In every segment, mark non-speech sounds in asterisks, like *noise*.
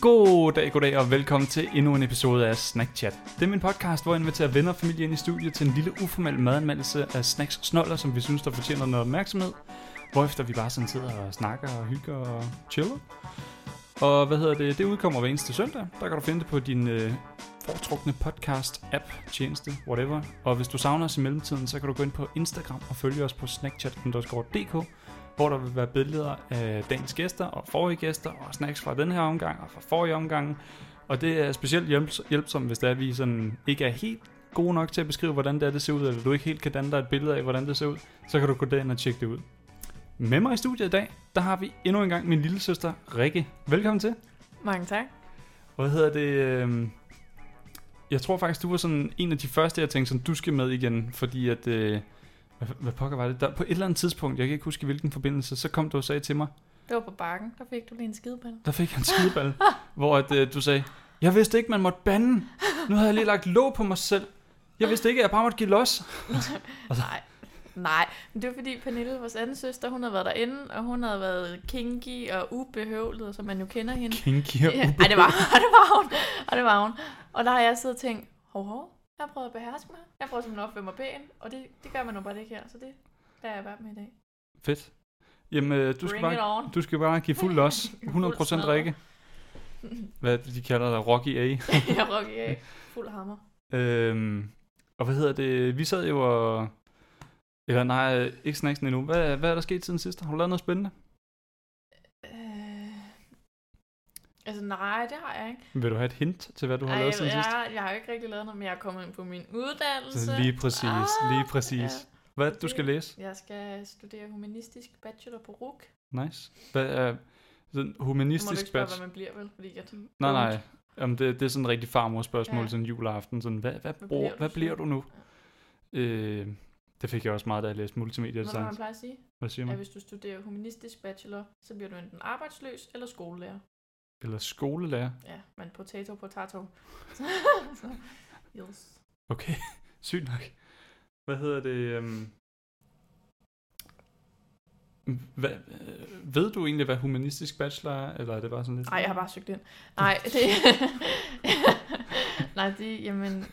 God dag, god dag og velkommen til endnu en episode af Snack Chat. Det er min podcast, hvor jeg inviterer venner og familie ind i studiet til en lille uformel madanmeldelse af snacks og snoller, som vi synes, der fortjener noget opmærksomhed. Hvorefter vi bare sådan sidder og snakker og hygger og chiller. Og hvad hedder det? Det udkommer hver eneste søndag. Der kan du finde det på din øh, foretrukne podcast-app, tjeneste, whatever. Og hvis du savner os i mellemtiden, så kan du gå ind på Instagram og følge os på snackchat.dk, hvor der vil være billeder af dagens gæster og forrige gæster og snacks fra den her omgang og fra forrige omgang. Og det er specielt hjælps- hjælpsomt, hvis det er, at vi sådan ikke er helt gode nok til at beskrive, hvordan det, er, det ser ud, eller du ikke helt kan danne dig et billede af, hvordan det ser ud, så kan du gå derind og tjekke det ud. Med mig i studiet i dag, der har vi endnu en gang min lille søster Rikke. Velkommen til. Mange tak. Og Hvad hedder det? øhm, Jeg tror faktisk, du var sådan en af de første, jeg tænkte, sådan, du skal med igen, fordi at... øh, Hvad, hvad pokker var det? Der, på et eller andet tidspunkt, jeg kan ikke huske i hvilken forbindelse, så kom du og sagde til mig, Det var på bakken, der fik du lige en skideball. der fik jeg en skideball, hvor at, øh, du sagde, jeg vidste ikke, man måtte bande. Nu havde jeg lige lagt låg på mig selv. Jeg vidste ikke, at jeg bare måtte give los. Nej, nej. Men det var fordi Pernille, vores anden søster, hun havde været derinde, og hun havde været kinky og ubehøvlet, som man jo kender hende. Kinky og Ja, ej, det var, *laughs* det var hun, og det var hun. Og der har jeg siddet og tænkt, hov, hov, jeg har prøvet at beherske mig. Jeg prøver simpelthen at opføre mig pæn, og det, det gør man jo bare ikke her, så det der er jeg bare med i dag. Fedt. Jamen, øh, du skal, Bring it bare, on. *laughs* du skal bare give fuld los. 100% smadret. Rikke. Hvad er det, de kalder dig? Rocky A. jeg rocker af. Fuld hammer. Øhm, og hvad hedder det? Vi sad jo og... Eller nej, øh, ikke snacksen endnu. Hvad, hvad er der sket siden sidst? Har du lavet noget spændende? Øh, altså nej, det har jeg ikke. Vil du have et hint til, hvad du har Ej, lavet jeg, siden sidst? jeg, jeg har jo ikke rigtig lavet noget, men jeg er kommet ind på min uddannelse. Så lige præcis, Ah, lige præcis. Hvad er det, du skal læse? Ja. Jeg skal studere humanistisk bachelor på RUK. Nice. Hvad er sådan Nu må du ikke humanistisk spørge, batch? hvad man bliver, vel? Fordi at, Nej, nej. Jamen, det, det er sådan en rigtig farmor spørgsmål Ja. ja. sådan juleaften. Sådan, hvad, hvad, hvad, bliver bliver, du hvad så? bliver du nu? Øh, det fik jeg også meget, da jeg læste multimedia Nå, hvad man design. plejer at sige, Hvad siger at man? hvis du studerer humanistisk bachelor, så bliver du enten arbejdsløs eller skolelærer. Eller skolelærer. Ja, men potato, potato. *laughs* Så- så- yes. Okay, *laughs* sygt nok. Hvad hedder det? Um... Hvad, øh, ved du egentlig, hvad humanistisk bachelor er, eller er det bare sådan lidt? Nej, jeg har bare søgt ind. Nej, *laughs* det... Nej, det... Jamen...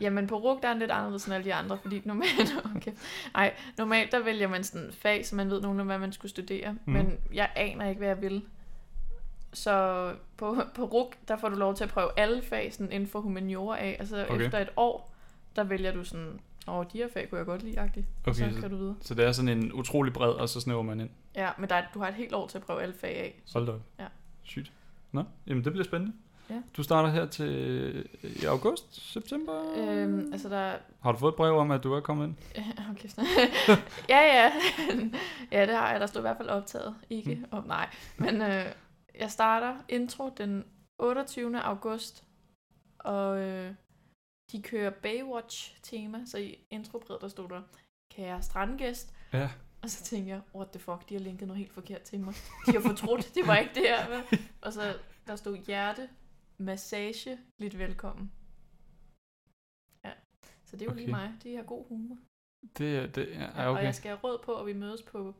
Jamen, på RUG, der er den lidt anderledes end alle de andre, fordi normalt... *laughs* Okay. Ej, normalt, der vælger man sådan fag, så man ved nogenlunde, hvad man skulle studere. Mm. Mm. Men jeg aner ikke, hvad jeg vil. Så på, på RUG, der får du lov til at prøve alle fag sådan inden for humaniora af, og så okay. Okay. efter et år, der vælger du sådan, åh, de her fag kunne jeg godt lide, agtigt. Okay, så så, kan du videre. så det er sådan en utrolig bred, og så snæver man ind. Ja, men der, er- du har et helt år til at prøve alle fag af. Hold da op. Ja. Sygt. Nå, jamen det bliver spændende. Ja. Du starter her til øh, i august, september? Øhm, altså, der, Har du fået et brev om, at du er kommet ind? *laughs* Ja, okay, sådan. ja, ja. *laughs* ja, det har jeg. Der stod i hvert fald optaget. Ikke? Mm. Åh, oh, nej. Men øh, jeg starter intro den 28. august, og øh, de kører Baywatch-tema, så i introbrevet der stod der, kære strandgæst. Ja. Og så tænkte jeg, what the fuck, de har linket noget helt forkert til mig. De har fortrudt, det var ikke det her. *laughs* Vel? Og så der stod hjerte, massage, lidt velkommen. Ja, så det er jo okay. lige Okay. mig. Det er god humor. Det, er- det er Ja, ja, Og Ah, okay. jeg skal have rød på, og vi mødes på,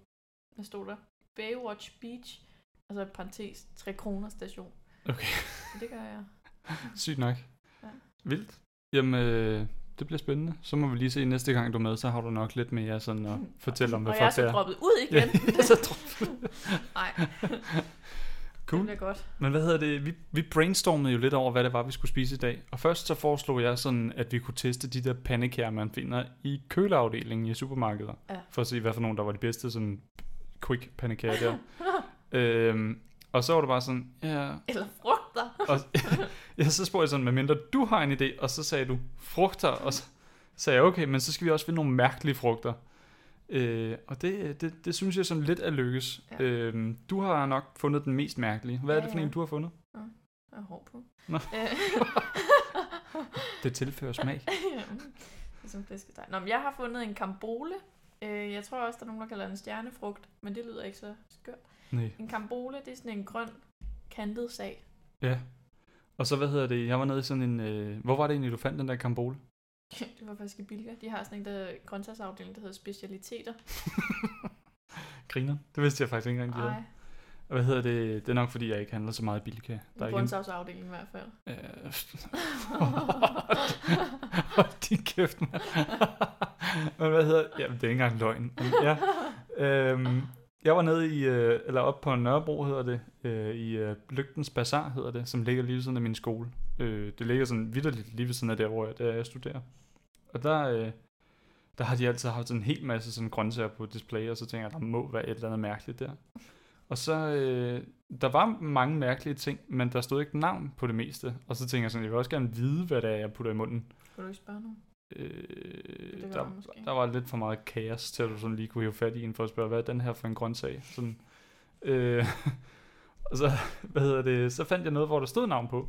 hvad stod der? Baywatch Beach, og så et parentes, 3 kroner station. Okay. Så det gør jeg. *laughs* Sygt nok. Ja. Vildt. Jamen, øh, det bliver spændende. Så må vi lige se næste gang, du er med, så har du nok lidt mere sådan *laughs* at fortælle om, hvad Mm. og jeg er fuck så det er. *laughs* droppet ud igen. Ja, så drop. *laughs* Nej, det *laughs* Cool. bliver godt. Men hvad hedder det? Vi, vi brainstormede jo lidt over, hvad det var, vi skulle spise i dag. Og først så foreslog jeg sådan, at vi kunne teste de der pandekager, man finder i køleafdelingen i supermarkeder. Ja. For at se, hvad for nogen, der var de bedste sådan quick pandekager *laughs* der. øhm, og så var det bare sådan, ja, Eller frugter. *laughs* Og ja, så spurgte jeg sådan, medmindre du har en idé, og så sagde du frugter, og så sagde jeg, okay, men så skal vi også finde nogle mærkelige frugter. Øh, og det, det, det synes jeg sådan lidt er lykkes. Ja. Ja. Øh, du har nok fundet den mest mærkelige. Hvad er Ja, det for ja. en, du har fundet? Jeg er hård på. Nå. *laughs* Øh, *laughs* Det tilfører *laughs* smag. ligesom flæskesteg. Nå, men jeg har fundet en kambole. Øh, Jeg tror også, der er nogen, der kalder den stjernefrugt, men det lyder ikke så skørt. Nej. En kambole, det er sådan en grøn, kantet sag. Ja. Og så, hvad hedder det? Jeg var nede i sådan en... Øh, hvor var det egentlig, du fandt den der kambole? Det var faktisk i Bilka. De har sådan en der grøntsagsafdeling, der hedder specialiteter. Griner. Det vidste jeg faktisk ikke engang, de havde. Nej, Og Hvad hedder det? Det er nok, fordi jeg ikke handler så meget i Bilka. Der er ikke en... Brunsavsafdelingen i hvert fald. Øh, *laughs* Hold din kæft, mand. *laughs* Men hvad hedder... Jamen, det er ikke engang løgn. Men Ja. Øhm, jeg var nede i, øh, eller op på Nørrebro hedder det, øh, i øh, Lygtens Bazaar hedder det, som ligger lige ved siden af min skole. Øh, det ligger sådan vidderligt lige ved siden af der, hvor jeg, der jeg studerer. Og der, øh, der har de altid haft sådan en hel masse sådan grøntsager på display, og så tænker jeg, der må være et eller andet mærkeligt der. Og så, øh, der var mange mærkelige ting, men der stod ikke navn på det meste. Og så tænker jeg sådan, jeg vil også gerne vide, hvad det er, jeg putter i munden. Kunne du ikke spørge nogen? Øh, kan der, man måske. der var lidt for meget kaos til, at du sådan lige kunne hive fat i en for at spørge, hvad er den her for en grøntsag? Sådan, øh, *laughs* og så, hvad hedder det, så fandt jeg noget, hvor der stod navn på.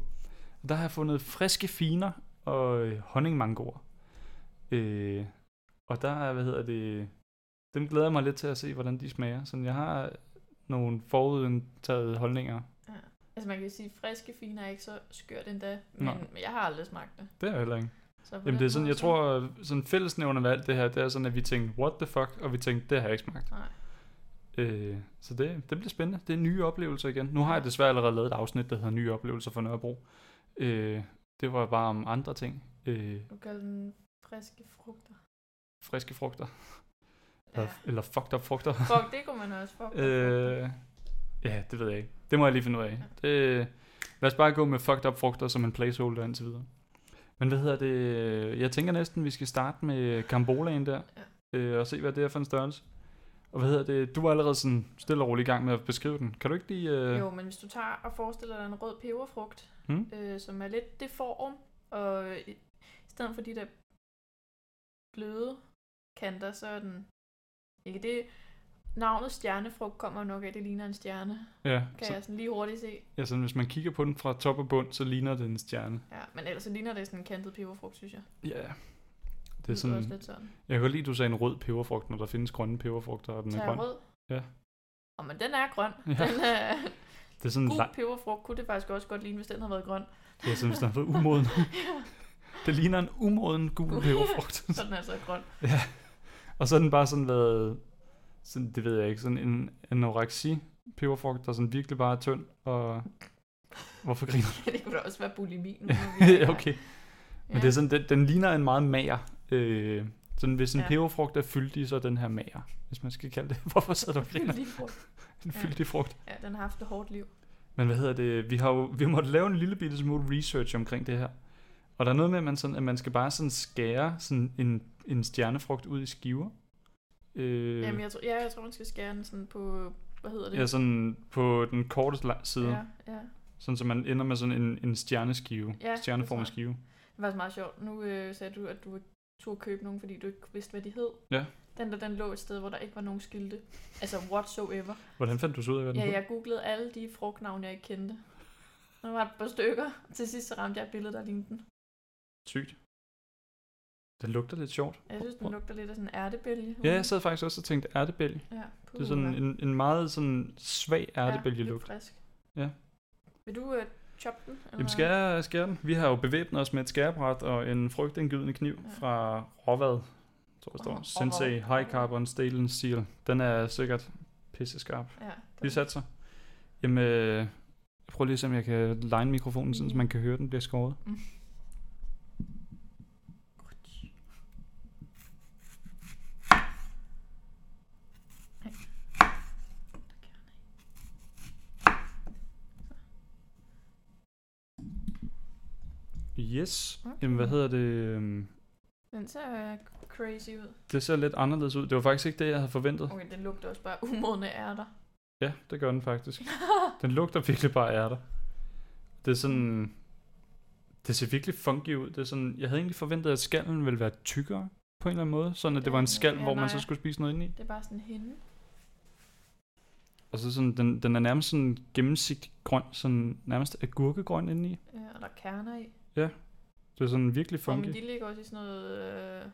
Og der har jeg fundet friske finer og øh, honningmangoer. Øh, og der er, hvad hedder det, dem glæder jeg mig lidt til at se, hvordan de smager. Sådan, jeg har nogle forudindtagede holdninger. Ja. Altså man kan jo sige, at friske fine er ikke så skørt endda, men, Nej. men jeg har aldrig smagt det. Det er jeg heller ikke. Så på Jamen den det er sådan, måde, jeg så- tror, sådan fællesnævner ved alt det her, det er sådan, at vi tænkte, what the fuck, og vi tænkte, det har jeg ikke smagt. Nej. Øh, så det, det bliver spændende. Det er nye oplevelser igen. Nu har jeg desværre allerede lavet et afsnit, der hedder Nye oplevelser for Nørrebro. Øh, det var bare om andre ting. Øh, Du kalder den friske frugter. friske frugter, Ja. ja. eller fucked up frugter. *laughs* Fuck, det kunne man også. Fuck, øh... Øh, ja, det ved jeg ikke. Det må jeg lige finde ud af. Det, lad os bare gå med fucked up frugter som en placeholder indtil videre. Men hvad hedder det? Jeg tænker næsten, vi skal starte med karambolaen der. Øh, og se, hvad det er for en størrelse. Og hvad hedder det? Du var allerede sådan stille og roligt i gang med at beskrive den. Kan du ikke lige... Øh... Jo, men hvis du tager og forestiller dig en rød peberfrugt, Hmm? øh, som er lidt deform, og øh, i i stedet for de der bløde kanter, så er den ikke det. Navnet stjernefrugt kommer nok af, det ligner en stjerne, Ja, kan så, jeg sådan lige hurtigt se. ja, sådan, Altså, hvis man kigger på den fra top og bund, så ligner den en stjerne. Ja, men ellers så ligner det sådan en kantet peberfrugt, synes jeg. Ja, det er lyder også sådan... lidt sådan. Jeg kan godt lide, at du sagde en rød peberfrugt, når der findes grønne peberfrugter, og den er Tager grøn. rød. Ja. Og men den er grøn. Ja. Ja. Den *laughs* er Det er sådan en gul lang... peberfrugt, kunne det faktisk også godt ligne, hvis den havde været grøn. Det er sådan, hvis den har fået umoden *laughs* ja, Det ligner en umoden gul peberfrugt. så den er altså grøn. og så har den bare sådan været, sådan, det ved jeg ikke, sådan en anoreksi peberfrugt, der sådan virkelig bare er tynd. Og hvorfor griner du? *laughs* det kunne da også være bulimi nu. *laughs* Ja, okay. Men det er sådan, den, den ligner en meget mager. Øh, sådan, hvis en ja. Ja. peberfrugt er fyldig, så er den her mager. Hvis man skal kalde det. *laughs* Hvorfor sidder *laughs* du og griner? Lige frugt. En Ja. fyldig frugt. Ja, den har haft et hårdt liv. Men hvad hedder det? Vi har jo *laughs* vi måtte lave en lille bitte smule research omkring det her. Og der er noget med, at man, sådan, at man skal bare sådan skære sådan en, en stjernefrugt ud i skiver. Øh, Øh. Jamen, jeg tror, ja, jeg tror, man skal skære den sådan på, hvad hedder det? Ja, sådan på den korte sla- side. Ja. Ja, ja. Sådan, så man ender med sådan en, en stjerneskive. Ja, Ja, det tror Stjerneformet jeg. skive. Det var faktisk meget sjovt. Nu øh, sagde du, at du ikke tog købe nogen, fordi du ikke vidste, hvad de hed. Ja. Den der, den lå et sted, hvor der ikke var nogen skilte. Altså, whatsoever. Hvordan fandt du så ud af, hvad den Ja, hed? jeg googlede alle de frugtnavne, jeg ikke kendte. Der var et par stykker. Til sidst så ramte jeg et billede, der lignede den. Sygt. Den lugter lidt sjovt. Jeg synes, den lugter lidt af sådan en ærtebælge. Ja, jeg sad faktisk også og tænkte ærtebælge. Ja, Det er sådan puha. en, en meget sådan svag Uh-huh. ja, ærtebælgelugt. lidt frisk. Ja. Vil du øh, choppe den? eller Jamen skal jeg skære den? Vi har jo bevæbnet os med et skærebræt og en frygtindgydende kniv Ja. fra Råvad, tror jeg står. Råvad. Sensei High Carbon Steel and Steel. Den er sikkert pisse skarp. Ja, Vi den, satser. Jamen, øh, jeg prøver lige at se, om jeg kan line mikrofonen, sådan, så man kan høre, den bliver skåret. Mm. Yes. Okay. Jamen, hvad hedder det? øhm, den ser øh, crazy ud. Det ser lidt anderledes ud. Det var faktisk ikke det, jeg havde forventet. Okay, den lugter også bare *laughs* umodne *laughs* ærter. Ja, det gør den faktisk. Den lugter virkelig bare af ærter. Det er sådan... Det ser virkelig funky ud. Det er sådan, jeg havde egentlig forventet, at skallen ville være tykkere på en eller anden måde. Sådan at det Ja, var en skal, ja, hvor man nej. så skulle spise noget ind i. Det er bare sådan en hende. Og så sådan, den, den er nærmest sådan gennemsigtig grøn, sådan nærmest agurkegrøn indeni. Ja, øh, og der er kerner i. Det er sådan virkelig Funky. funky. Men de ligger også i sådan noget øh,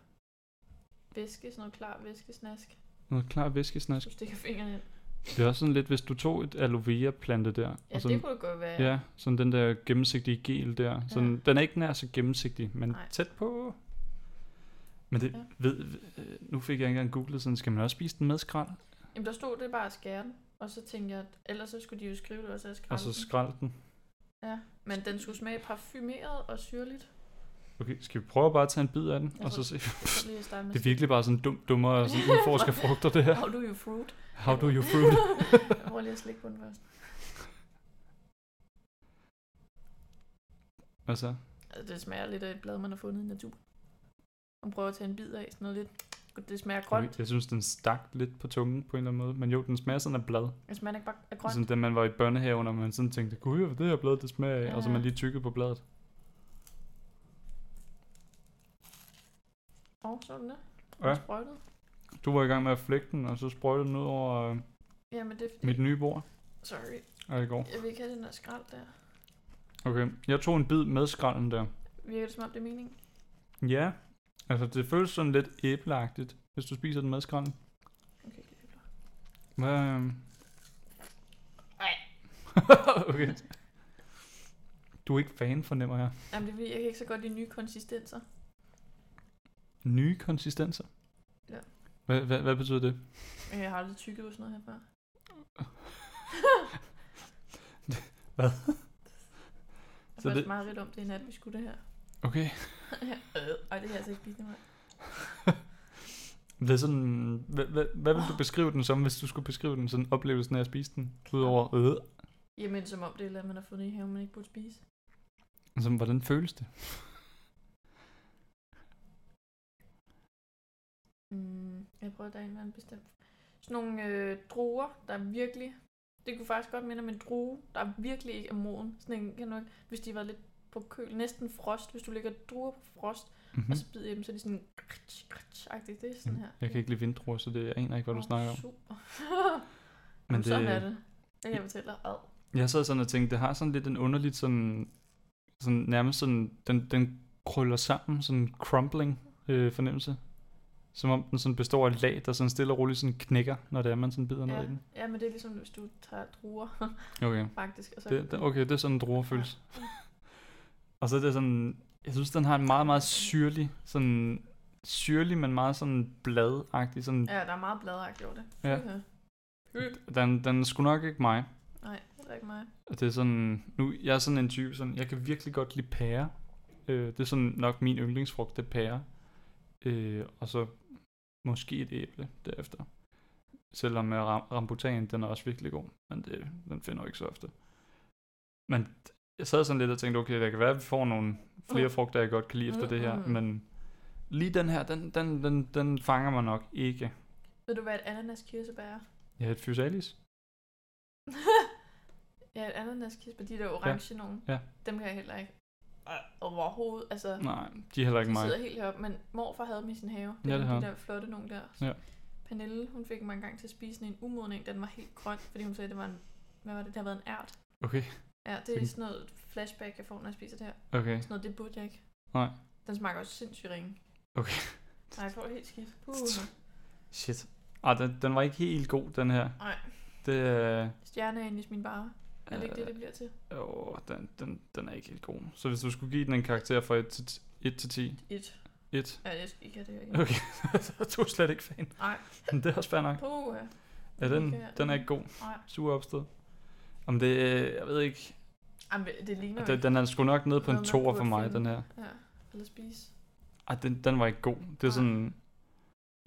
væske, sådan noget klar væskesnask. Noget klar Så væskesnask. du stikker fingrene ind. Det er også sådan lidt, hvis du tog et aloe vera plante der. Ja, sådan, det kunne det godt være. Ja, sådan den der gennemsigtige gel der. Sådan, ja. Den er ikke nær så gennemsigtig, men Nej. Nej. tæt på. Men det, Ja. ja. ved, ved, øh, nu fik jeg ikke engang googlet sådan, skal man også spise den med skrald? Jamen, der stod det bare at skære den. Og så tænkte jeg, at ellers så skulle de jo skrive det også af Og så skralden. skræl den. Ja, men den skulle smage parfumeret og syrligt. Okay, skal vi prøve bare at tage en bid af den? Jeg og så tror- se. Jeg *laughs* tror lige at starte med Det er virkelig bare sådan dum, dummere sådan udforsker frugter, det her. How do you fruit? How do you *laughs* fruit? Jeg prøver lige at slikke på den først. Hvad så? Altså, det smager lidt af et blad, man har fundet i naturen. Man prøver at tage en bid af, sådan noget lidt... Det smager grønt. Okay, jeg synes, den stak lidt på tungen på en eller anden måde. Men jo, den smager sådan af blad. Det smager Altså, ikke bare af grønt. Sådan, da man var i børnehaven, og man sådan tænkte, gud, hvad er det her blad, det smager af. Og så Ja. man lige tykkede på bladet. Åh, oh, så den der. Ja. Ja. Sprøjtet. Du var i gang med at flække den, og så sprøjtede den ud over øh, Jamen, det er fordi... mit nye bord. Sorry. Ja, i går. Jeg vil ikke have den der skrald der. Okay, jeg tog en bid med skralden der. Virker det som om, det er meningen? Ja, altså det føles sådan lidt æbleagtigt, hvis du spiser den med skralden. Okay, det er klart. Hvad, øhm? Ej. *laughs* okay. Du er ikke fan, fornemmer jeg. Jamen, det er fordi, jeg kan ikke så godt lide nye konsistenser. Nye konsistenser? Ja. Hvad, hvad, hvad betyder det? Øh, Jeg har aldrig tykket på sådan noget her før. *laughs* Hvad? Jeg Så så det- det... meget lidt om det i nat, vi skulle det her. *laughs* Okay. Øh, Ej, det her er altså ikke spise mig. Hvad, sådan, hvad, hvad, hvad vil du beskrive den som, hvis du skulle beskrive den sådan oplevelsen af at spise den? Udover, øh, Jamen, som om det er et eller andet, man har fundet i haven, man ikke burde spise. altså, hvordan føles det? Mm, jeg prøver der er en eller anden bestemt. Sådan nogle øh, druer, der er virkelig... Det kunne faktisk godt minde om en drue, der virkelig ikke er moden. Sådan en, kan du ikke, hvis de var lidt på køl, næsten frost. Hvis du lægger druer på frost, Mm-hmm. mm. og så bider i dem, så er de sådan kritsch, kritsch agtigt. Det er sådan her. Mm. Jeg kan ikke lide vindruer, så det jeg aner ikke, hvad du Åh, snakker om. Super. *laughs* Men Men det- det... sådan er det. Det kan jeg fortælle dig. Ad. Jeg sad sådan og tænkte, det har sådan lidt en underligt sådan, sådan nærmest sådan, den, den krøller sammen, sådan en crumbling øh, fornemmelse. Som om den sådan består af lag, der sådan stille og roligt sådan knækker, når det er, man sådan bider ned i Ja, den. ja, men det er ligesom, hvis du tager druer, *laughs* Okay. faktisk. Og så Det, det, okay, det er sådan en druefølelse. *laughs* Mm. og så er det sådan, jeg synes, den har en meget, meget syrlig, sådan syrlig, men meget sådan bladagtig. Sådan, Ja, der er meget bladagtigt over det. Ja. Fyha. den, den er sgu nok ikke mig. Nej, det er ikke mig. Og det er sådan, nu, jeg er sådan en type, sådan, jeg kan virkelig godt lide pære. Øh, det er sådan nok min yndlingsfrugt, det er pære. Øh, og så måske et æble derefter. Selvom øh, ram- rambutan, den er også virkelig god, men det, den finder jeg ikke så ofte. Men jeg sad sådan lidt og tænkte, okay, der kan være, at vi får nogle flere Mm. frugter, jeg godt kan lide efter det her, Mm, mm. men lige den her, den, den, den, den fanger mig nok ikke. Ved du, hvad et ananas kirsebær er? Jeg har et fysalis. *laughs* ja, et ananas kirsebær, de der orange ja. nogen. ja. Dem kan jeg heller ikke øh, overhovedet. Altså, Nej, de er heller ikke de mig. sidder helt heroppe, men morfar havde dem i sin have. Ja, er det de har der flotte nogen der. Ja. Pernille, hun fik mig engang til at spise sådan en umodning, den var helt grøn, fordi hun sagde, det var en, hvad var det, det har været en ært. Okay, Ja, det er Fint. sådan noget flashback, jeg får, når jeg spiser det her. okay. Sådan noget, det burde jeg ikke. Nej. Den smager også sindssygt ringe. Okay. Nej, jeg får helt skidt. Puh. Shit. Ah, den, den var ikke helt god, den her. Nej, Det, øh, stjerne er inde i min bare. Er det ikke det, det bliver til? Åh, den, den, den er ikke helt god. Så hvis du skulle give den en karakter fra 1 til 1 til 10? Et. 1. Ja, jeg skal ikke have det her igen. Okay, *laughs* så er du slet ikke fan. Nej. Men det er også fair nok. Puh. Ja, den, Okay. den er ikke god. Nej. Sur opsted. Om det, øh, jeg ved ikke. Jamen, det ligner jo Den, den er sgu nok nede på en Noget, man toer for burde mig, finde. den her. Ja, eller spise. Ej, *laughs* den, den var ikke god. Det er Nej. sådan...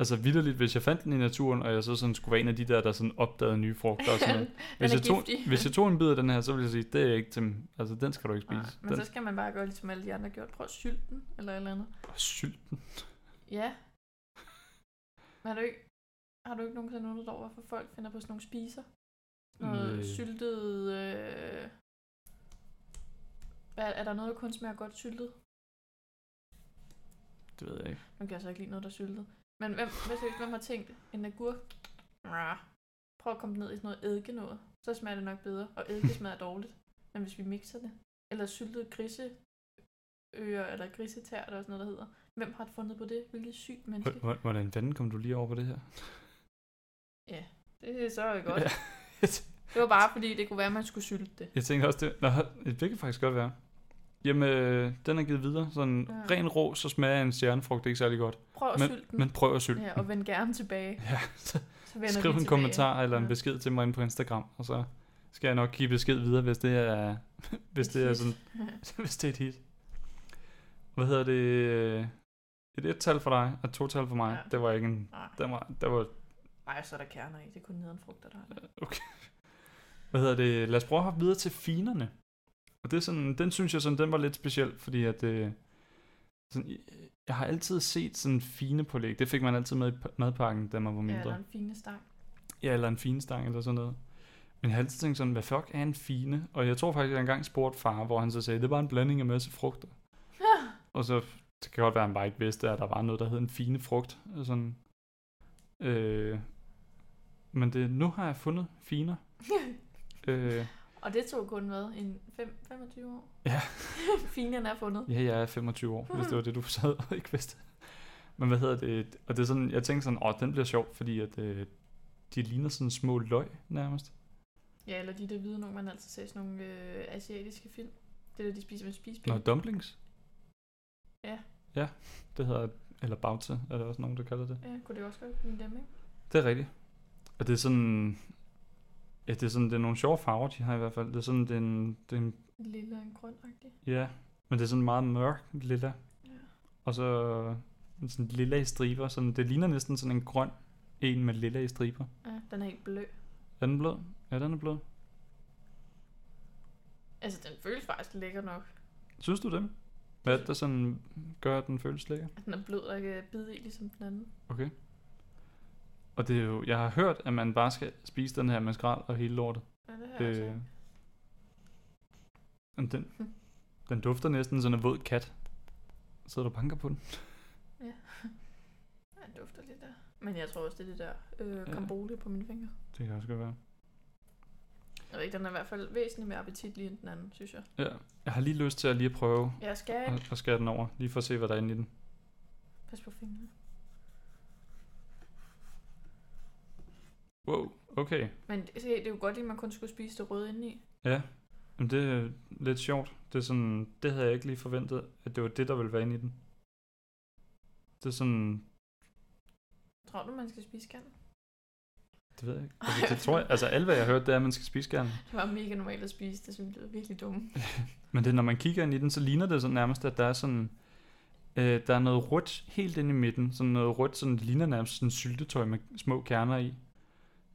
Altså vidderligt, hvis jeg fandt den i naturen, og jeg så sådan skulle være en af de der, der sådan opdagede nye frugter og sådan noget. Hvis er jeg, tog, giftig. hvis jeg tog en bid af den her, så ville jeg sige, det er ikke til... Altså, den skal du ikke Nej, spise. men den, så skal man bare gøre ligesom alle de andre har gjort. Prøv sylten, eller et eller andet. Sylten. Ja. Men har du ikke, har du ikke nogensinde undret dig over, hvorfor folk finder på sådan nogle spiser? Noget Øh. syltet... Øh... Er, er der noget, der kun smager godt syltet? Det ved jeg ikke. Nu kan jeg så ikke lide noget, der er syltet. Men hvem, hvad seriøst, hvem har tænkt? En agurk? Rah. Prøv at komme den ned i sådan noget eddike noget. Så smager det nok bedre. Og *laughs* eddike smager dårligt. Men hvis vi mixer det. Eller syltede griseøer, eller grisetær, eller sådan noget, der hedder. Hvem har fundet på det? Hvilket *laughs* sygt menneske. H- hvordan fanden kom du lige over på det her? Det er så jo godt. Ja. Det var bare fordi, det kunne være, at man skulle sylte det. Jeg tænkte også, det, nå, det kan faktisk godt være. Jamen, øh, den er givet videre. Sådan Ja. ja. ren rå, så smager en stjernefrugt ikke særlig godt. Prøv at sylte den. Men prøv at sylte. Ja, og vend gerne tilbage. Ja, så Så vender skriv vi en tilbage. kommentar eller en Ja. besked til mig inde på Instagram, og så skal jeg nok give besked videre, hvis det er, *laughs* hvis det er *laughs* sådan, *laughs* hvis det er et hit. Hvad hedder det? øh, Et et-tal for dig, og et to-tal for mig. Ja. Ja. Det var ikke en... Nej, Det var, det var, Ej, så er der kerner i. Det er kun nedenfrugter, der er der. *laughs* hvad hedder det? Lad os prøve at hoppe videre til finerne. Og det er sådan, den synes jeg sådan, den var lidt speciel, fordi at... Øh, sådan, øh, jeg har altid set sådan fine pålæg. Det fik man altid med i p- madpakken, da man var Ja, mindre. eller en fine stang. Ja, eller en finestang eller sådan noget. Men jeg har altid tænkt sådan, hvad fuck er en fine? Og jeg tror faktisk, at jeg engang spurgte far, hvor han så sagde, det er bare en blanding af masse frugter. og så det kan godt være, at han bare ikke vidste, at der var noget, der hed en fine frugt. og Sådan. Øh, men det, nu har jeg fundet finer. Øh, *laughs* og det tog kun, hvad, en fem- 25 år? *laughs* Ja. Finen er fundet. ja, jeg er 25 år, hvis det var det, du sad og ikke vidste. Men hvad hedder det? Og det er sådan, jeg tænkte sådan, åh, den bliver sjov, fordi at, øh, de ligner sådan små løg nærmest. Ja, eller de der hvide nogle, man altid ser i sådan nogle øh, asiatiske film. Det der, de spiser med spisepind. Nå, dumplings? Ja. Ja, det hedder, eller bagte, er der også nogen, der kalder det. Ja, kunne det også godt ligne dem, ikke? Det er rigtigt. Og det er sådan... Ja, det er sådan, det er nogle sjove farver, de har i hvert fald. Det er sådan, det er en, det er en En Lille og en grønagtig. ja, men det er sådan meget mørk lilla. Ja. Og så sådan lilla i striber. Sådan, det ligner næsten sådan en grøn en med lilla i striber. ja, den er helt blø. Er den blød? Ja, den er blød. Altså, den føles faktisk lækker nok. Synes du dem? Hvad er det, der sådan gør, at den føles lækker? At den er blød og ikke er bid i, ligesom den anden. Okay. Og det er jo, jeg har hørt, at man bare skal spise den her med skrald og hele lortet. Ja, det altså- har jeg også. Øh, ikke. men den, Hmm. den dufter næsten sådan en våd kat. Sidder du og banker på den? Ja, den dufter lidt der. Men jeg tror også, det er det der øh, Ja. kombole på mine fingre. Det kan også godt være. Jeg ved ikke, den er i hvert fald væsentligt mere appetitlig end den anden, synes jeg. Ja, jeg har lige lyst til at lige prøve Jeg skal at, at skære den over. Lige for at se, hvad der er inde i den. Pas på fingrene. Wow, okay. Men det- se, det er jo godt, at man kun skulle spise det røde indeni. Ja, Jamen, det er lidt sjovt. Det, er sådan, det havde jeg ikke lige forventet, at det var det, der ville være inde i den. Det er sådan, Tror du, man skal spise kan? det ved jeg ikke. Altså, det tror jeg, altså alt hvad jeg har hørt, det er, at man skal spise gerne. Det var mega normalt at spise, det synes jeg lyder virkelig dumme. Men det, når man kigger ind i den, så ligner det sådan nærmest, at der er sådan... Øh, der er noget rødt helt ind i midten. Sådan noget rødt, sådan det ligner nærmest sådan syltetøj med små kerner i.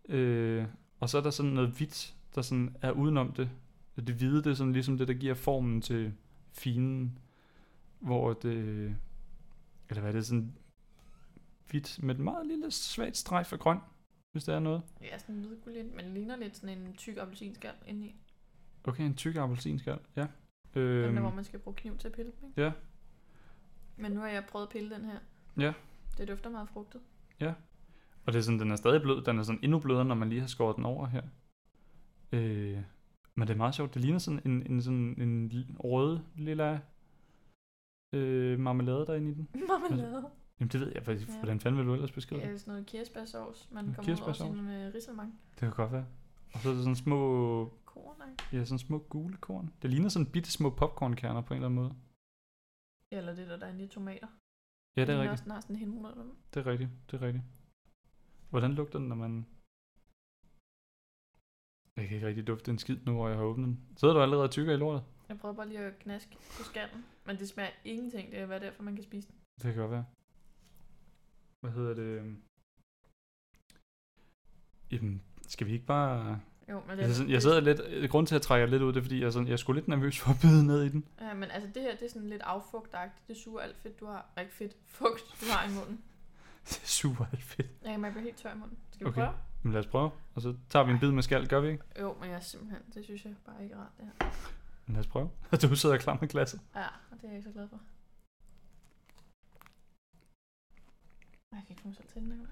Øh, og så er der sådan noget hvidt, der sådan er udenom det. Og Det hvide, det er sådan ligesom det, der giver formen til finen. Hvor det... Eller hvad er det er sådan hvidt med et meget lille svagt strejf af grøn, hvis der er noget. Ja, sådan en hvidgulint, men det ligner lidt sådan en tyk appelsinskal indeni. Okay, en tyk appelsinskal, ja. Øhm. Den Øh, der, hvor man skal bruge kniv til at pille dem, ikke? ja. Men nu har jeg prøvet at pille den her. Ja. Det dufter meget frugtet. *laughs* Og det er sådan, den er stadig blød. Den er sådan endnu blødere, når man lige har skåret den over her. Øh, men det er meget sjovt. Det ligner sådan en, en, sådan en l- rød lille øh, marmelade derinde i den. Marmelade. Jamen Altså, det ved jeg faktisk. Ja. Ja. Hvordan fanden vil du ellers beskrive det? Ja, sådan noget kirsebærsovs. Man Noget kommer ud over kirsebærsovs? sin øh, risalemang. Det kan godt være. Og så er der sådan små, Korn, ja, sådan små gule korn. Det ligner sådan bitte små popcornkerner på en eller anden måde. Ja, eller det der, der er inde i tomater. Ja, det er ligner rigtigt. også, den har sådan en hindrund under dem. Det er rigtigt. Det er rigtigt. Hvordan lugter den, når man... Jeg kan ikke rigtig dufte en skid nu, hvor jeg har åbnet den. Sidder du allerede og tykker i lortet? Jeg prøver bare lige at knaske på skallen. Men det smager ingenting. Det er hvad derfor, man kan spise den. Det kan godt være. Hvad hedder det? øhm? Jamen, skal vi ikke bare... Jo, men det Jeg, sådan, jeg sidder lidt... øh, Grunden til, at jeg trækker lidt ud, det er, fordi jeg, sådan, jeg er sgu lidt nervøs for at bide ned i den. Ja, men altså det her, det er sådan lidt affugtagtigt. Det suger alt fedt, du har. Ikke fedt, fugt, du har i munden. *laughs* Det er super fedt. Ja, man bliver helt tør i munden. Skal vi okay. Okay. prøve? Men lad os prøve. Og så tager vi en bid med skal, gør vi ikke? Jo, men jeg er simpelthen, det synes jeg bare ikke er rart, det her. Men lad os prøve. *laughs* Og du sidder klar med glasset. Ja, og det er jeg ikke så glad for. Ej, Jeg kan ikke få mig selv til den her.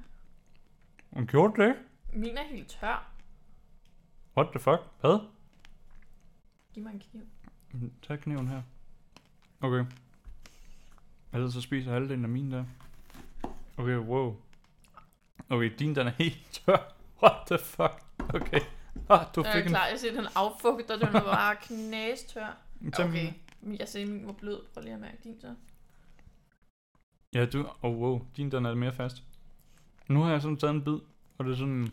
Hun gjorde det. Min er helt tør. What the fuck? Hvad? Giv mig en kniv. Mm, Tag kniven her. Okay. Ellers så spiser jeg halvdelen af min der. Okay, wow. Okay, din den er helt *laughs* tør. What the fuck? Okay. Ah, du Jeg fik *laughs* er klar, jeg ser, den affugter, den er bare knæstør. en... Okay. Jeg ser, min var blød. Prøv lige at mærke din så. Ja, du... Oh, wow. Din, den er mere fast. Nu har jeg sådan taget en bid, og det er sådan...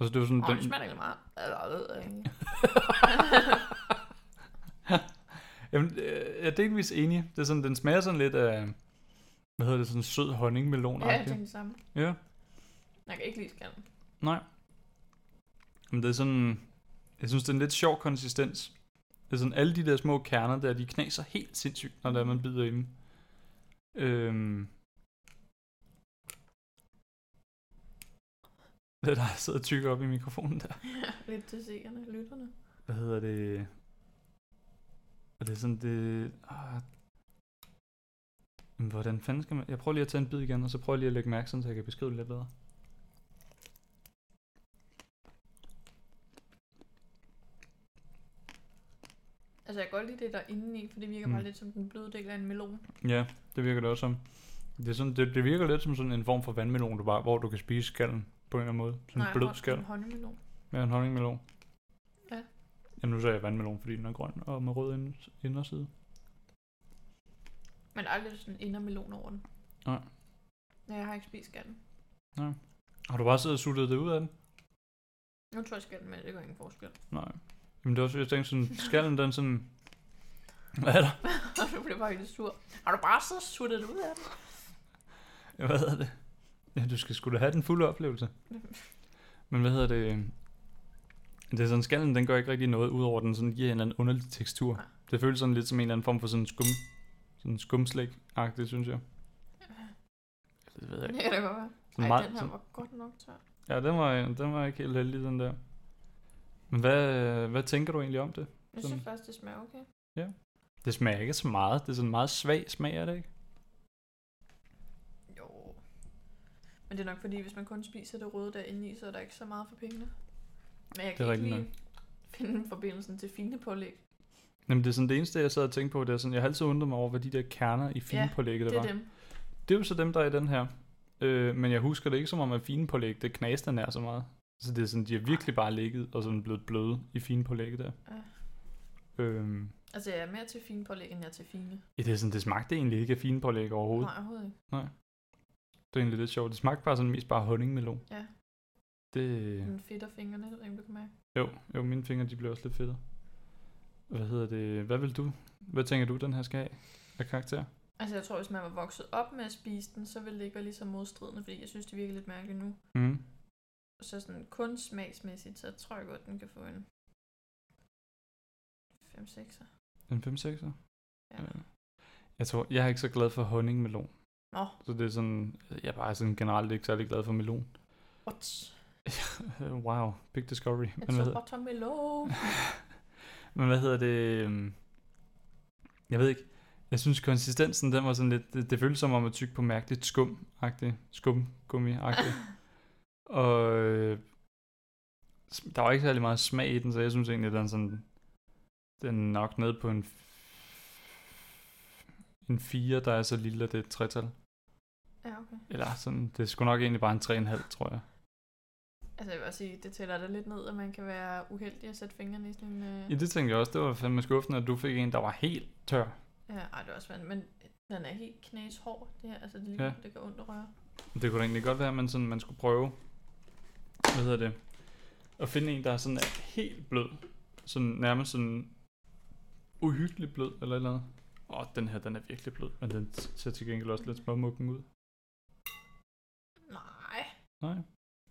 Altså, det var sådan... Åh, oh, det den... smager ikke meget. Eller, jeg ved *laughs* ikke. Jamen, øh, jeg er delvis enig. Det er sådan, den smager sådan lidt af... Hvad hedder det? Sådan sød honningmelon *laughs* Ja, jeg tænkte det samme. ja. Jeg kan ikke lide skallen. Nej. Men det er sådan... Jeg synes, det er en lidt sjov konsistens. Det er sådan, alle de der små kerner der, de knaser helt sindssygt, når det er, man bider i dem. Øhm... Det er der, der sidder og tykker op i mikrofonen der. *laughs* Lidt til seerne, lytterne. Hvad hedder det? Og det er sådan, det... Ah. Men Hvordan fanden skal man... Jeg prøver lige at tage en bid igen, og så prøver jeg lige at lægge mærke, sådan, så jeg kan beskrive det lidt bedre. Altså, jeg kan godt lide det der indeni, for det virker Mm. mm. bare lidt som den bløde del af en melon. Ja, det virker det også som. Det, er sådan, det, det virker lidt som sådan en form for vandmelon, du bare, hvor du kan spise skallen på en eller anden måde. Sådan en blød hon- skal. En honningsmelon. Ja, en honningmelon. Ja. Jamen, nu sagde jeg vandmelon, fordi den er grøn og med rød ind- inderside. Men aldrig sådan en melon over den. Nej. Nej, jeg har ikke spist skallen. Har du bare siddet og suttet det ud af den? Nu tror jeg skallen, men det gør ingen forskel. *laughs* Nej. Jamen, det er også, jeg tænkte sådan, skallen den sådan... *laughs* Hvad er der? Og du bliver bare helt sur. Har du bare så suttet ud af den? Hvad hedder det? Ja, du skal sgu da have den fulde oplevelse. Men hvad hedder det? Det er sådan, skallen den gør ikke rigtig noget, udover at den sådan giver en eller anden underlig tekstur. Nej. Det føles sådan lidt som en eller anden form for sådan skum, sådan skumslik-agtigt, synes jeg. Det ved jeg ikke. Det kan da godt være. Sådan Ej, meget- den her sådan- var godt nok tør. Ja, den var, den var ikke helt heldig, den der. Men hvad, hvad tænker du egentlig om det? Jeg Sådan. synes faktisk, det smager okay. Det smager ikke så meget. Det er sådan en meget svag smag, er det ikke? Jo. Men det er nok fordi, hvis man kun spiser det røde derinde i, så er der ikke så meget for pengene. Men jeg Det er kan ikke rigtigt lige finde forbindelsen til fine pålæg. Jamen, det er sådan det eneste, jeg sad og tænkte på. Det er sådan, jeg har altid undret mig over, hvad de der kerner i finpålægget Det, der det var. er dem. Det er jo så dem, der er i den her. Øh, men jeg husker det ikke som om, at finpålæg, det knaste nær så meget. Så det er sådan, de har virkelig bare ligget og sådan blevet bløde i finpålægget der. Ja. Øh, Altså, jeg er mere til fine pålæg, end jeg er til fine. ja, det er sådan, det smagte egentlig ikke af finpålæg overhovedet. Nej. Nej, overhovedet ikke. Det er egentlig lidt sjovt. Det smagte bare sådan mest bare honningmelon. Ja. Det, øh, Ja. Mine fedt og fingrene, det ved jeg ikke, om du kan mærke. jo, jo, mine fingre, de blev også lidt federe. Hvad hedder det? Hvad vil du? Hvad tænker du, den her skal have af karakter? Altså, jeg tror, hvis man var vokset op med at spise den, så ville det ikke være lige så modstridende, fordi jeg synes, det virker lidt mærkeligt nu. Mm. Så sådan kun smagsmæssigt, så tror jeg godt, den kan få en 5-6'er. En 5-6'er? Ja. Ja. Jeg tror, jeg er ikke så glad for honningmelon. Nå. Så det er sådan, jeg er bare sådan generelt ikke særlig glad for melon. *laughs* What? wow, big discovery. Men It's hvad, a hedder, watermelon. *laughs* men hvad hedder det? øhm, Jeg ved ikke. Jeg synes, konsistensen, den var sådan lidt... Det, det føltes som om at tygge på mærkeligt skum-agtigt. Skumgummi-agtigt. Og øh, s- der var ikke særlig meget smag i den, så jeg synes egentlig, den er sådan... Den er nok nede på en... f- En 4, der er så lille, at det er et tretal. *laughs* ja, okay. Eller sådan, det er sgu nok egentlig bare en 3,5, tror jeg. Altså, jeg vil også sige, det tæller da lidt ned, at man kan være uheldig at sætte fingrene i sådan en... Øh... Ja, det tænkte jeg også. Det var fandme skuffende, at du fik en, der var helt tør. Ja, ej, det er også vandt, men den er helt knæshård, det her. Altså, det, er lige, Ja. ja. det gør ondt at røre. Det kunne da egentlig godt være, at man, sådan, man skulle prøve, hvad hedder det, at finde en, der er sådan er helt blød. Sådan nærmest sådan uhyggeligt blød, eller et eller andet. Åh, den her, den er virkelig blød, men den ser til gengæld også lidt småmukken ud. Nej. Nej,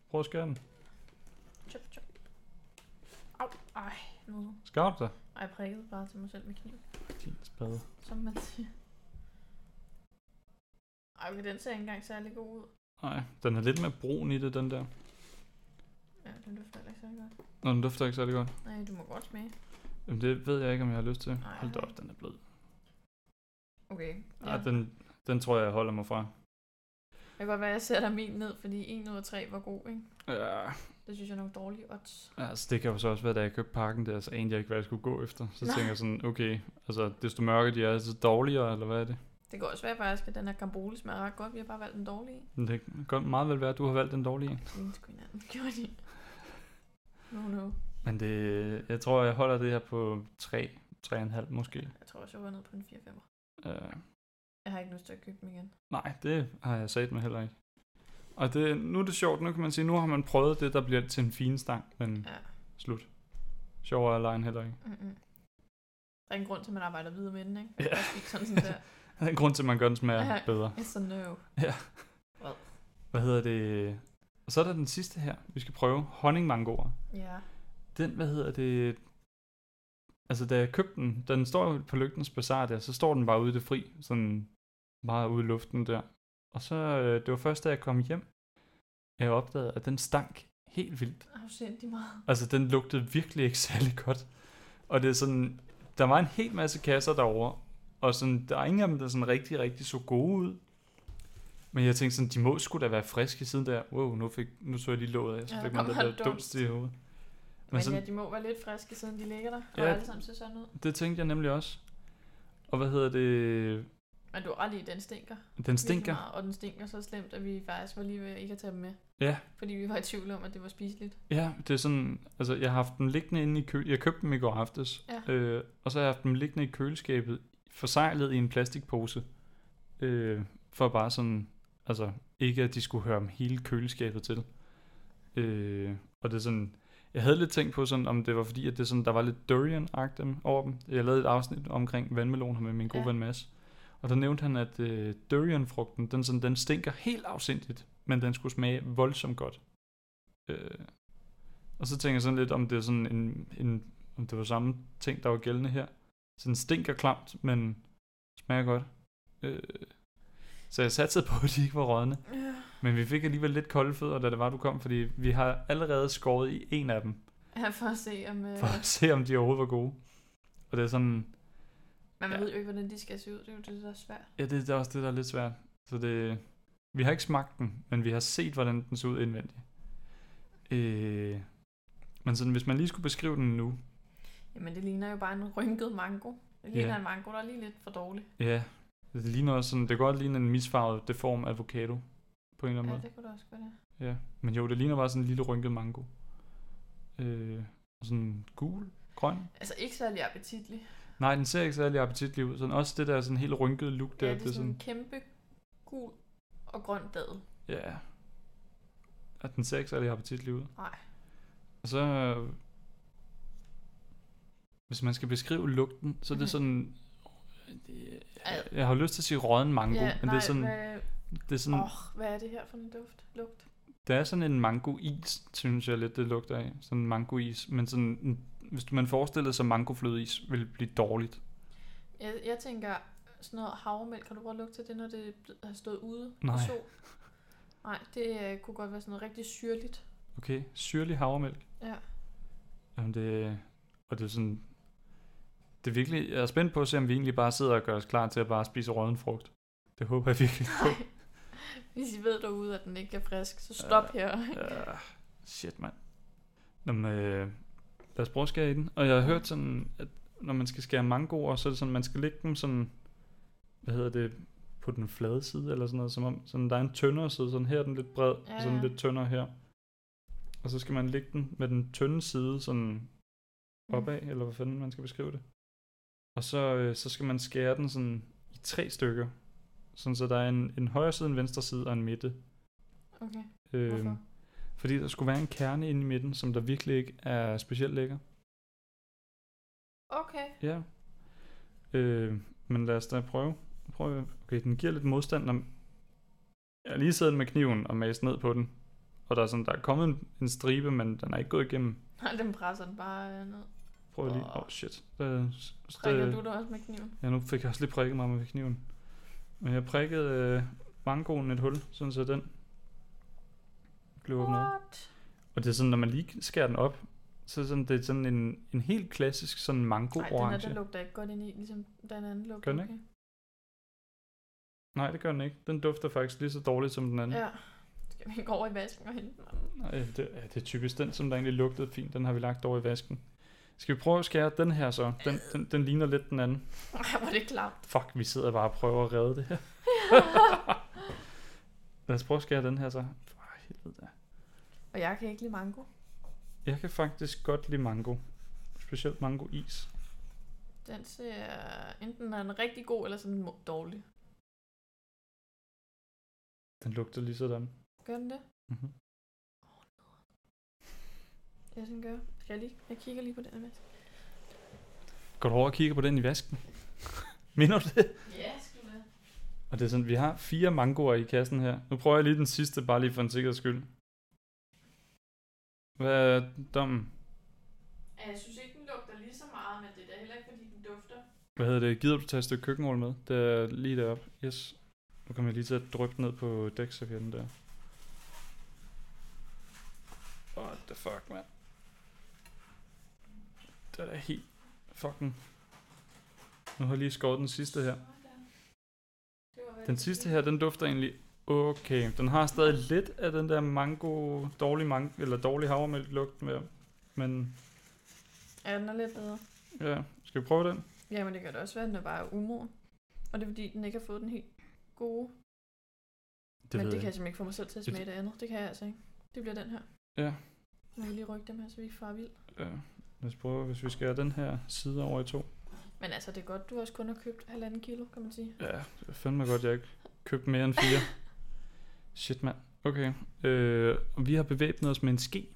prøv at skære den. Chop, chop. Au, ej, nu. Skar du dig? Ej, jeg prikkede bare til mig selv med kniv, Din spade. som man siger. Ej, okay, den ser ikke engang særlig god ud. Nej, den er lidt mere brun i det, den der. Ja, den dufter heller ikke særlig godt. Nå, den dufter ikke særlig godt. Nej, du må godt smage. Jamen, det ved jeg ikke, om jeg har lyst til. Nej. Hold da op, den er blød. Okay. Ja. Ej, den, den tror jeg, jeg holder mig fra. Det kan godt være, at jeg sætter min ned, fordi 1 ud af 3 var god, ikke? Ja, Det synes jeg er nogle dårlige odds. altså det kan jo så også være, da jeg købte pakken der, så anede jeg ikke, hvad jeg skulle gå efter. Så Nej. tænker jeg sådan, okay, altså desto mørkere de er, desto dårligere, eller hvad er det? Det kan også være faktisk, at den her gambole smager ret godt. Vi har bare valgt den dårlige. Men det kan godt meget vel være, at du har valgt den dårlige. en. Lignede sgu hinanden. Gjorde de? No, no. Men det, jeg tror, jeg holder det her på 3, 3,5 måske. Jeg tror også, jeg var nede på en 4 5 Øh, Jeg har ikke lyst til at købe dem igen. nej, det har jeg sagt mig heller ikke. Og det, nu er det sjovt, nu kan man sige, nu har man prøvet det, der bliver til en fin stang, men Ja. slut. Sjovere er lejen heller ikke. *laughs* Mm-mm. Der er en grund til, at man arbejder videre med den, ikke? Ja. Det er også ikke sådan, sådan *laughs* der. Der er en grund til, at man gør den smager Ja. bedre. It's a no. Hvad hedder det? Og så er der den sidste her, vi skal prøve. Honningmangoer. Ja. Den, hvad hedder det? Altså, da jeg købte den, den står jo på lygtens bazar der, så står den bare ude i det fri, sådan meget ude i luften der. Og så, øh, det var først, da jeg kom hjem, jeg opdagede, at den stank helt vildt. Afsindig meget. Altså, den lugtede virkelig ikke *laughs* særlig godt. Og det er sådan, der var en hel masse kasser derovre, og sådan, der er ingen af dem, der sådan rigtig, rigtig så gode ud. Men jeg tænkte sådan, de må sgu da være friske siden der. Wow, nu, fik, nu så jeg lige låget af, så Ja, fik der man den var der dunst. dunst i hovedet. Men, Men sådan- ja, de må være lidt friske, siden de ligger der. Og Ja. alle sammen ser sådan ud. Det tænkte jeg nemlig også. Og hvad hedder det? Men du har ret i, at den stinker. Den Virkelig stinker. Meget, og den stinker så slemt, at vi faktisk var lige ved ikke at tage dem med. Ja. Fordi vi var i tvivl om, at det var spiseligt. Ja, det er sådan, altså jeg har haft dem liggende inde i køl... Jeg købte dem i går aftes. Ja. Øh, og så har jeg haft dem liggende i køleskabet, forsejlet i en plastikpose. Øh, for bare sådan, altså ikke at de skulle høre om hele køleskabet til. Øh, og det er sådan, jeg havde lidt tænkt på sådan, om det var fordi, at det sådan, der var lidt durian over dem. Jeg lavede et afsnit omkring vandmelon her med min gode Ja. ja. ven Mads. Og der nævnte han, at øh, durianfrugten, den, sådan, den stinker helt afsindigt, men den skulle smage voldsomt godt. Øh, og så tænker jeg sådan lidt, om det er sådan en, en om det var samme ting, der var gældende her. Så den stinker klamt, men smager godt. Øh, så jeg satsede på, at de ikke var rådne. Ja. Men vi fik alligevel lidt kolde fødder, da det var, du kom, fordi vi har allerede skåret i en af dem, Ja, for at se om... Øh, for at se, om de overhovedet var gode. Og det er sådan, men man ja. ved jo ikke, hvordan de skal se ud. Det er jo det, der er svært. ja, det, det er også det, der er lidt svært. Så det, vi har ikke smagt den, men vi har set, hvordan den så ud indvendigt. Øh, men sådan, hvis man lige skulle beskrive den nu, Jamen, det ligner jo bare en rynket mango. Det ligner Ja. en mango, der er lige lidt for dårlig. ja, det ligner også sådan, det kan godt ligne en misfarvet, deform avocado, på en eller anden Ja, måde. det kunne da også være det. Ja, men jo, det ligner bare sådan en lille rynket mango. Øh, og sådan gul, grøn. Altså, ikke særlig appetitlig. Nej, den ser ikke særlig appetitlig ud. Sådan også det der sådan helt rynkede look der. ja, det, er sådan sådan, en kæmpe gul og grøn dadel. ja. Og den ser ikke særlig appetitlig ud. Nej. Og så... øh, Hvis man skal beskrive lugten, så er Mhm. det sådan... det- Ad. Jeg har jo lyst til at sige råden mango, ja, ja, men nej, det er sådan, hvad, det er sådan åh, hvad er det her for en duft? Lugt? Der er sådan en mangois, synes jeg lidt, det lugter af. Sådan en mangois. Men sådan, en- hvis man forestillede sig, at mangoflødeis ville blive dårligt. Jeg, jeg tænker, sådan noget havremælk, kan du prøve at lugte til det, når det er blevet- har stået ude Nej. i sol? Nej, det øh, kunne godt være sådan noget rigtig syrligt. Okay, syrlig havremælk. Ja. Jamen det, og det er sådan... Det er virkelig, jeg er spændt på at se, om vi egentlig bare sidder og gør os klar til at bare spise rådden frugt. Det håber jeg virkelig *laughs* på. Nej. Hvis I ved derude, at den ikke er frisk, så stop her. Uh, shit, mand. Nå, men, øh, lad os prøve at skære i den. Og jeg har hørt sådan, at når man skal skære mangoer, så er det sådan, man skal lægge dem sådan, hvad hedder det, på den flade side, eller sådan noget, som om, sådan, der er en tyndere side, sådan her er den lidt bred, Ja, ja. sådan ja. lidt tyndere her. Og så skal man lægge den med den tynde side, sådan opad, mm. eller hvad fanden man skal beskrive det. Og så, øh, så skal man skære den sådan i tre stykker, sådan så der er en, en højre side, en venstre side og en midte. *laughs* Okay, Øh, hvorfor? fordi der skulle være en kerne inde i midten, som der virkelig ikke er specielt lækker. Okay. Ja. Øh, men lad os da prøve. prøve. Okay, den giver lidt modstand, når jeg har lige siddet med kniven og mast ned på den. Og der er, sådan, der er kommet en, en stribe, men den er ikke gået igennem. Nej, den presser den bare øh, ned. Prøv lige. Åh, Åh. oh, shit. Det, Øh, Trækker du dig også med kniven? Ja, nu fik jeg også lige prikket mig med kniven. Men jeg prikkede øh, mangoen et hul, sådan så den blev åbnet. op. What? Og det er sådan, når man lige skærer den op, så er det sådan, det er sådan en, en helt klassisk sådan Nej, den her, mango-orange. den lugter ikke godt ind i, ligesom den anden Gør lugter. den ikke? okay. Nej, det gør den ikke. Den dufter faktisk lige så dårligt som den anden. Ja. Skal vi ikke over i vasken og hente den? *laughs* Nej, det, ja, det er typisk den, som der egentlig lugtede fint. Den har vi lagt over i vasken. Skal vi prøve at skære den her så? Den, den, den ligner lidt den anden. Nej, hvor er det klamt. Fuck, vi sidder bare og prøver at redde det her. Lad os prøve at skære den her så. For helvede da. *laughs* Og jeg kan ikke lide mango. Jeg kan faktisk godt lide mango. Specielt mango is. Den ser... Enten er den rigtig god, eller sådan mo- dårlig. Den lugter lige sådan. Gør den det? Mhm. Ja, den gør. Skal jeg lige... Jeg kigger lige på den imens. Går du over og kigger på den i vasken? *laughs* Minder du det? Ja, skal du have. Og det er sådan, vi har fire mangoer i kassen her. Nu prøver jeg lige den sidste, bare lige for en sikkerheds skyld. Hvad er dommen? Ja, jeg synes ikke, den lugter lige så meget, men det er da heller ikke, fordi den dufter. Hvad hedder det? Gider du tage et stykke køkkenrulle med? Det er lige deroppe. Yes. Nu kommer jeg lige til at dryppe ned på dækservietten der. What the fuck, mand. Det er da helt fucking... Nu har jeg lige skåret den sidste her. Sådan. Det var, hvad Den det sidste fik. her, den dufter egentlig okay. Den har stadig lidt af den der mango, dårlig mango, eller dårlig havremælk lugt med. Men Ja, den er lidt bedre. ja, skal vi prøve den? Jamen, det kan da også være, at den er bare umoden. Og det er, fordi den ikke har fået den helt gode. Det men ved det jeg. kan jeg simpelthen ikke få mig selv til at Det- smage det andet. Det kan jeg altså ikke. Det bliver den her. Ja. Nu kan vi lige rykke dem her, så vi ikke farer vild. Ja. Lad os prøve, hvis vi skærer den her side over i to. Men altså, det er godt, du også kun har købt halvanden kilo, kan man sige. Ja, det er fandme godt, jeg ikke købte mere end fire. Shit, mand. Okay. Øh, og vi har bevæbnet os med en ske.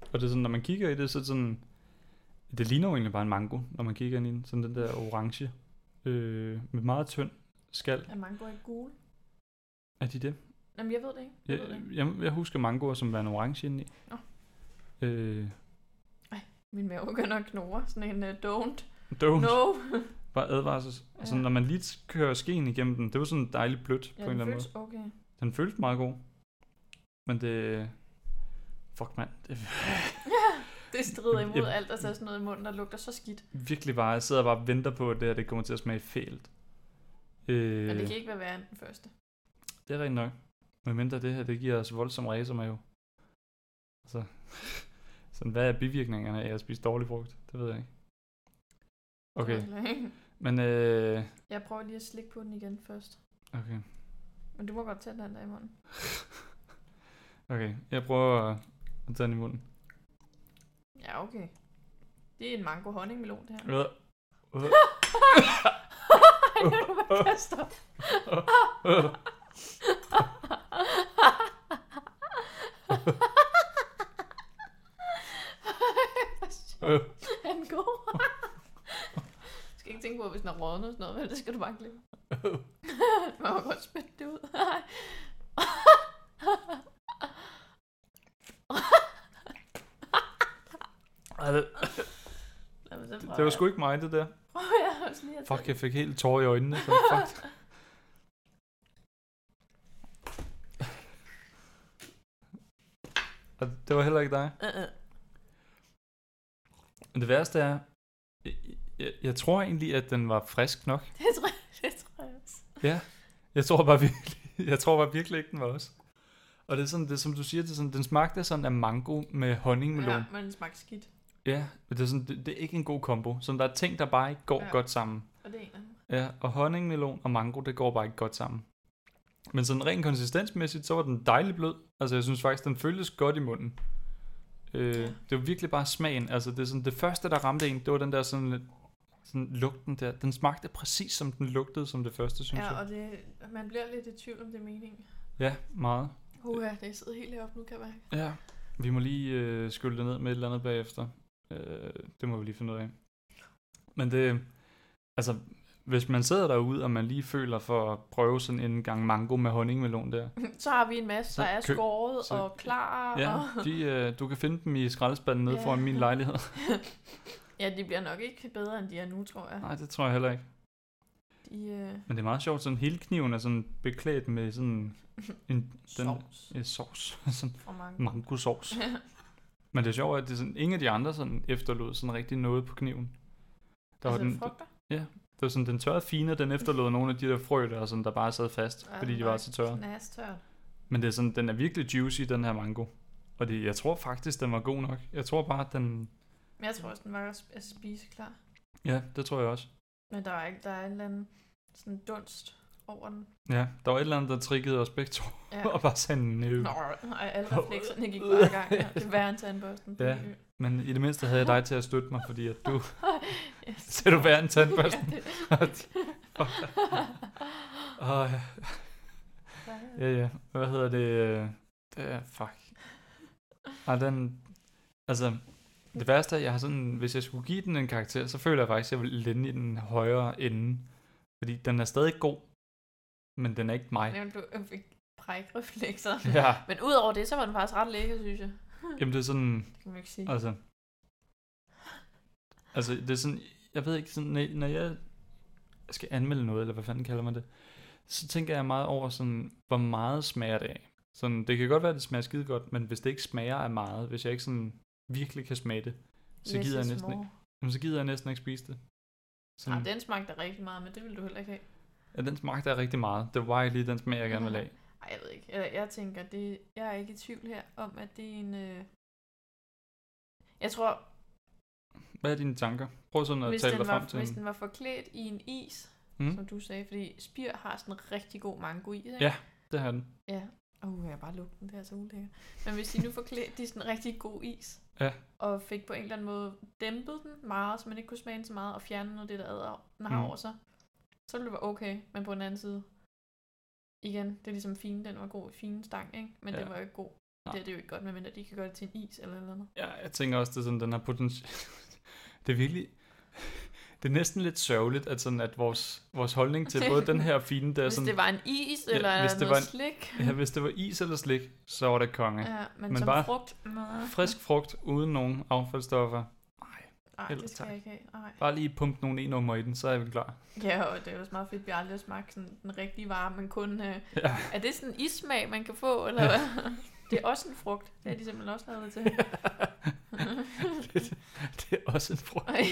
Og det er sådan, når man kigger i det, så er det sådan... Det ligner jo egentlig bare en mango, når man kigger ind i den. Sådan den der orange. Øh, med meget tynd skal. Er mango ikke gul? Er de det? Jamen, jeg ved det ikke. Jeg, Jeg ved det ikke. jeg, jeg husker mangoer som værende orange indeni. Nå. Øh, Min mave begynder at knurre. Sådan en uh, don't. don't. No. Bare advarsels. Ja. Sådan, Ja. når man lige kører skeen igennem den, det var sådan dejligt blødt ja, på en den eller anden føles okay. *laughs* måde. Den føltes meget god. Men det... Fuck mand, det Det strider Jamen, imod jeg- alt at tage sådan noget i munden, der lugter så skidt. er virkelig bare... Jeg sidder bare og venter på, at det her det kommer til at smage fælt. Øh, Men det kan ikke være værre end den første. det er rent nok. Men mindre det her, det giver os voldsom racermave. Altså, *laughs* sådan, hvad er bivirkningerne af at spise dårlig frugt? Det ved jeg ikke. Okay, Eller ikke. men øh, *laughs* Jeg prøver lige at slikke på den igen først. Okay. *laughs* Men du må godt tage den der i munden. Okay, jeg prøver at- at tage den i munden. Ja, okay. Det er en mango honningmelon, *laughs* det her. Øh, øh, Ej, nu er du bare kaster. *laughs* øh. Ej, er den god? Du skal ikke tænke på, hvis den er rådnet og sådan noget, men det skal du bare *laughs* glemme. Man må godt spytte det ud. *laughs* Ej, det, Lad mig selv det, prøve det var her. sgu ikke mig, det der. Prøv jeg også lige at Fuck, tage- jeg fik helt tårer i øjnene. *laughs* Sådan, fuck. Og det var heller ikke dig. Øh, øh. Men Det værste er, jeg, jeg, jeg tror egentlig, at den var frisk nok. *laughs* Det tror jeg, det tror jeg også. Jeg tror bare virkelig, *laughs* jeg tror bare virkelig ikke, den var også. Og det er sådan, det, er som du siger, det er sådan, den smagte sådan af mango med honningmelon. Ja, Ja. men den smagte skidt. Ja, men det er, sådan, det, det er ikke en god kombo. Så der er ting, der bare ikke går Ja. ja. godt sammen. Og det er en af dem. Ja, og honningmelon og mango, det går bare ikke godt sammen. Men sådan rent konsistensmæssigt, så var den dejlig blød. Altså jeg synes faktisk, den føltes godt i munden. Øh, Ja. Det var virkelig bare smagen. Altså det, er sådan, det første, der ramte en, det var den der sådan, lidt- sådan lugten der. Den smagte præcis som den lugtede som det første, synes Ja, jeg. og det, man bliver lidt i tvivl om det er meningen. Ja, meget. Uha, det sidder helt heroppe nu, kan jeg mærke. Ja, vi må lige øh, skylle det ned med et eller andet bagefter. Øh, det må vi lige finde ud af. Men det, altså, hvis man sidder derude, og man lige føler for at prøve sådan en gang mango med honningmelon *laughs* der. Så har vi en masse, der Så er køb- skåret så- og klar. Ja, og... de, øh, du kan finde dem i skraldespanden nede Ja. ja. foran min *laughs* lejlighed. ja, de bliver nok ikke bedre, end de er nu, tror jeg. Nej, det tror jeg heller ikke. De øh, Men det er meget sjovt, sådan hele kniven er sådan beklædt med sådan en Den- sovs øh, sovs, *laughs* sådan og mange. mangosovs. Men det er sjovt, at det er sådan, ingen af de andre sådan efterlod sådan rigtig noget på kniven. Der var altså den, frugter. Det var sådan, den tørrede fine, den efterlod nogle af de der frø der, sådan, der bare sad fast, Ja, fordi den de var var så tørre. Knastørt. Men det er sådan, den er virkelig juicy, den her mango. Og det, jeg tror faktisk, den var god nok. Jeg tror bare, at den... Men jeg tror også, altså, den var at sp- at spise klar. Ja, det tror jeg også. Men der er ikke, der er en eller anden sådan dunst. over den. Ja, der var et eller andet, der triggede os begge to, Ja. *laughs* og bare sagde nøv. Nå, ej, alle reflekserne gik bare i *laughs* gang. Ja. Det er værre end tandbørsten. Ja. Men i det mindste havde jeg dig til at støtte mig, fordi at du *laughs* Yes. ser du værre end tandbørsten. Ja, det- Og, *laughs* ja, ja. Hvad hedder det? øh, det er, fuck. Og den, altså, det værste er, jeg har sådan, hvis jeg skulle give den en karakter, så føler jeg faktisk, at jeg vil lænde i den højere ende. Fordi den er stadig god, men den er ikke mig. Nævnte du øh, fik brækreflekser. *laughs* Ja, Men udover det, så var den faktisk ret lækker, synes jeg. jamen det er sådan, Det kan man ikke sige. Altså, altså det er sådan, jeg ved ikke, sådan, når, når jeg skal anmelde noget, eller hvad fanden kalder man det, så tænker jeg meget over, sådan, hvor meget smager det af. Sådan, det kan godt være, at det smager skide godt, men hvis det ikke smager af meget, hvis jeg ikke sådan virkelig kan smage det, så gider jeg næsten ikke, Mm. jamen, så gider jeg næsten ikke spise det. Nej, Sådan, Ah, den smagte rigtig meget, men det ville du heller ikke have. ja, den smagte jeg rigtig meget. Det var ikke lige den smag, jeg gerne ville have. Ej, jeg ved ikke. Jeg, jeg tænker, det, jeg er ikke i tvivl her om, at det er en... Øh... Jeg tror, Hvad er dine tanker? Prøv sådan at hvis tale den, dig var, frem til. hvis en- den var forklædt i en is, mm. Mm, som du sagde, fordi spir har sådan en rigtig god mango i, ikke? Ja. det her er den. Ja. Uh, jeg har bare lugten, det er så ulækkert. Men hvis de nu forklædte de sådan en rigtig god is, Ja. og fik på en eller anden måde dæmpet den meget, så man ikke kunne smage den så meget, og fjerne noget af det, der æder, den har Mm. mm. over sig, så ville det være okay, men på den anden side, igen, det er ligesom fine, den var god i fine stang, ikke? men ja. Ja. den var jo ikke god. Nej. Det er det jo ikke godt, medmindre de kan gøre det til en is eller noget. Ja, jeg tænker også, det er sådan, den har potentiale. *laughs* det er virkelig... *laughs* Det er næsten lidt sørgeligt, at, sådan, at vores, vores holdning til både den her og fine, der er Hvis sådan... det var en is, Ja, eller hvis det noget var en- slik, Ja, hvis det var is eller slik, så var det konge. Ja. ja, men, men men som bare bare... frugt, nej, Frisk frugt, uden nogen affaldsstoffer. Nej, Ej, ellers det skal tak. jeg ikke have. Ej. bare lige pumpe nogle e-nummer i den, så er vi *laughs* klar. *laughs* Ja, og det er også meget fedt, at vi aldrig har smagt sådan den rigtige varme, men kun... Øh, Ja. er det sådan en ismag, man kan få, eller hvad? *laughs* Det er også en frugt. Det er de simpelthen også lavet det *laughs* til. *laughs* det, det er også en frugt. Ej.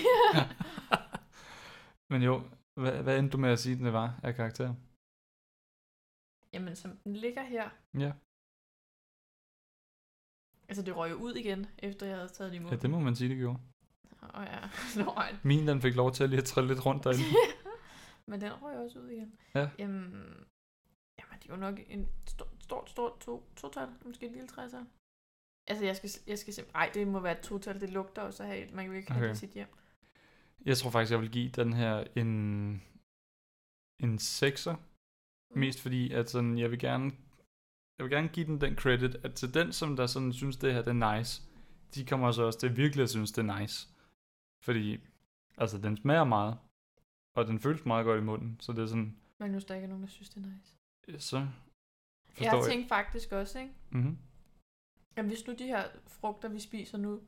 Men jo, hvad, hvad endte du med at sige, den det var af karakter? Jamen, som den ligger her... Ja. Altså, det røg jo ud igen, efter jeg havde taget det imod. Ja, det må man sige, det gjorde. Åh ja, *laughs* Nå, Min, den fik lov til at lige at trille lidt rundt derinde. *laughs* Men den røg også ud igen. Ja. Jamen, jamen det er jo nok en stor, stort, stort to, total, måske en lille træsal. Altså, jeg skal, jeg skal simpelthen... Ej, det må være et total, det lugter også her. Man kan jo ikke okay. have Okay. det i sit hjem. Jeg tror faktisk, jeg vil give den her en, en 6'er. Mm. Mest fordi, at sådan, jeg vil gerne jeg vil gerne give den den credit, at til den, som der sådan synes, det her det er nice, de kommer så også til virkelig at synes, det er nice. Fordi, altså, den smager meget, og den føles meget godt i munden, så det er sådan, Men nu der ikke er nogen, der synes, det er nice. øh, så jeg forstår har jeg. tænkt faktisk også, ikke? Mm-hmm. Jamen, hvis nu de her frugter, vi spiser nu,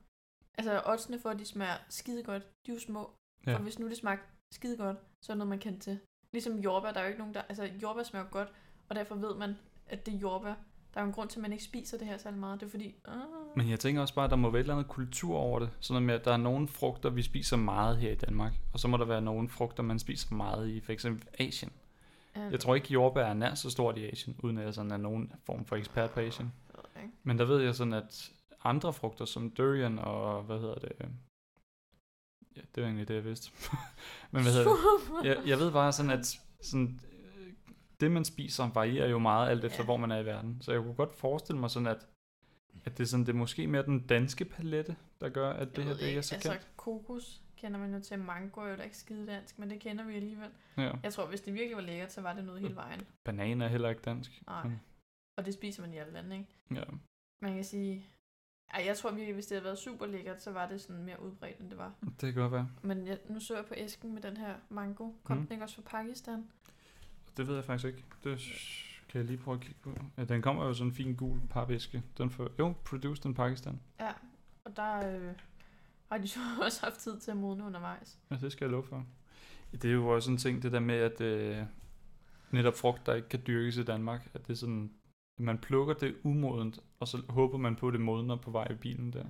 altså oddsene for, at de smager skide godt, de er jo små. Ja. Ja. Og hvis nu det smagte skide godt, så er det noget, man kan til. Ligesom jordbær, der er jo ikke nogen, der... Altså, jordbær smager godt, og derfor ved man, at det er jordbær. Der er jo en grund til, at man ikke spiser det her særlig meget. Det er fordi... Uh, Men jeg tænker også bare, at der må være et eller andet kultur over det, sådan med, at der er nogle frugter, vi spiser meget her i Danmark, og så må der være nogle frugter, man spiser meget i, for eksempel Asien. Mm. Jeg tror ikke, jordbær er nær så stort i Asien, uden at jeg sådan er nogen form for ekspert på Asien. ikke. Men der ved jeg sådan, at andre frugter som durian og, hvad hedder det, øh, ja, det var egentlig det, jeg vidste. *laughs* Men hvad hedder det? *laughs* Jeg, jeg ved bare sådan, at sådan, øh, det, man spiser, varierer jo meget alt efter, Ja. hvor man er i verden. Så jeg kunne godt forestille mig sådan, at, at det, er sådan, det er måske mere den danske palette, der gør, at det her ved det er ikke, så altså, kendt. kokos kender man jo til. Mango er jo da ikke skide dansk, men det kender vi alligevel. Ja. Jeg tror, hvis det virkelig var lækkert, så var det noget Mm. hele vejen. Banan er heller ikke dansk. Nej. Mm. Og det spiser man i alle lande, ikke? Ja. Man kan sige... Ej, jeg tror virkelig, hvis det havde været super lækkert, så var det sådan mere udbredt, end det var. Det kan godt være. Men jeg, nu så jeg på æsken med den her mango. Kom Mm. mm. den ikke også fra Pakistan? Det ved jeg faktisk ikke. Det s- kan jeg lige prøve at kigge på. Ja, den kommer jo i sådan en fin gul papæske. Den får, jo, produced in Pakistan. Ja, og der øh, har de så *laughs* også haft tid til at modne undervejs. Ja, det skal jeg love for. Det er jo også en ting, det der med, at øh, netop frugt, der ikke kan dyrkes i Danmark, at det er sådan, at man plukker det umodent, og så håber man på, at det modner på vej i bilen der.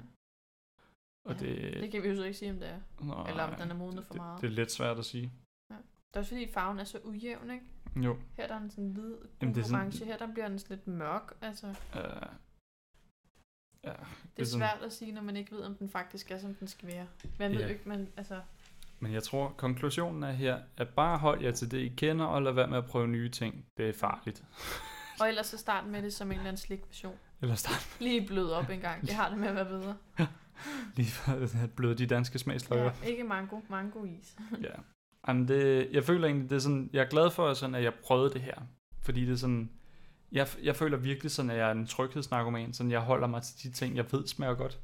Og Ja, det, Det kan vi jo så ikke sige, om det er. nej, Eller om den er modnet for det, meget. det er lidt svært at sige. Det er også fordi farven er så ujævn, ikke? Jo. Her der er den sådan hvid, Jamen, Jamen, det er sådan- orange. Her der bliver den sådan lidt mørk. Altså, det Øh, ja, er sådan- svært at sige, når man ikke ved, om den faktisk er, som den skal være. Man ved Ja. jo ikke, man, altså, Men jeg tror, konklusionen er her, at bare hold jer til det, I kender, og lad være med at prøve nye ting. Det er farligt. Og ellers så start med det som en eller anden slik version. Eller start Lige blød op en gang. Det har det med at være bedre. lige for at bløde de danske smagsløger. Ja, ikke mango, mango is. Ja. Jamen det, jeg føler egentlig, det er sådan, jeg er glad for, sådan, at jeg prøvede det her. Fordi det er sådan, jeg, jeg føler virkelig sådan, at jeg er en tryghedsnarkoman. Sådan, jeg holder mig til de ting, jeg ved smager godt.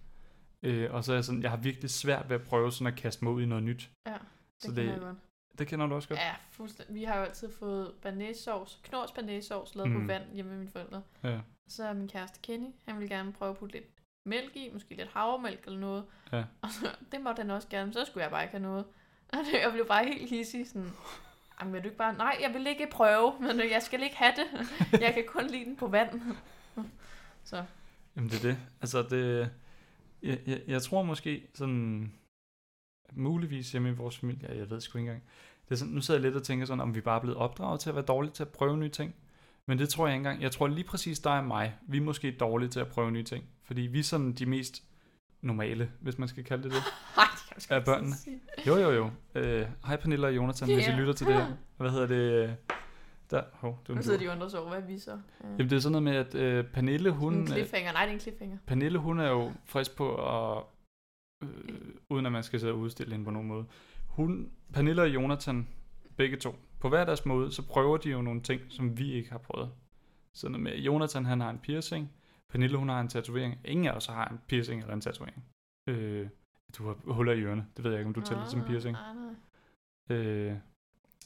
Øh, og så er jeg sådan, jeg har virkelig svært ved at prøve sådan at kaste mig ud i noget nyt. Ja, Så det- Det, det kan jeg godt. Det kender du også godt. Ja, fuldstændig. Vi har jo altid fået banæssovs, knors banæssovs, lavet mm. Mm. på vand hjemme med mine forældre. Ja. Så er min kæreste Kenny, han ville gerne prøve at putte lidt mælk i, måske lidt havremælk eller noget. Ja. Og så, det måtte han også gerne, men så skulle jeg bare ikke have noget. Og det, jeg blev bare helt hissig, sådan, Jamen, vil du ikke bare, nej, jeg vil ikke prøve, men jeg skal ikke have det. Jeg kan kun lide den på vand. Så, Jamen det er det. Altså det, jeg, jeg, jeg tror måske sådan, muligvis hjemme i vores familie, ja, jeg ved sgu ikke engang. Det er sådan, nu sidder jeg lidt og tænker sådan, om vi bare er blevet opdraget til at være dårlige til at prøve nye ting. Men det tror jeg ikke engang. Jeg tror lige præcis dig og mig, vi er måske dårlige til at prøve nye ting. Fordi vi er sådan de mest normale, hvis man skal kalde det det. *laughs* nej, det kan jeg sgu Er ikke sådan børnene? sige. Jo, jo, jo. Øh, Hej Pernille og Jonathan, hvis I Ja. lytter til det her. Hvad hedder det? øh, Der, hov, det er Nu en sidder lur. de og undrer sig over, hvad er vi så. Ja. Jamen det er sådan noget med, at øh, Pernille, hun... en øh, cliffhanger, nej, det er en cliffhanger. Pernille, hun er jo frisk på at, øh, uden at man skal sidde og udstille hende på nogen måde. Hun, Pernille og Jonathan, begge to, på hver deres måde, så prøver de jo nogle ting, som vi ikke har prøvet. Sådan noget med, at Jonathan han har en piercing, Pernille hun har en tatovering, ingen af os har en piercing eller en tatovering. Øh, du har huller i ørerne, det ved jeg ikke, om du ligesom tæller det som Ah, piercing. ah, nej. Øh,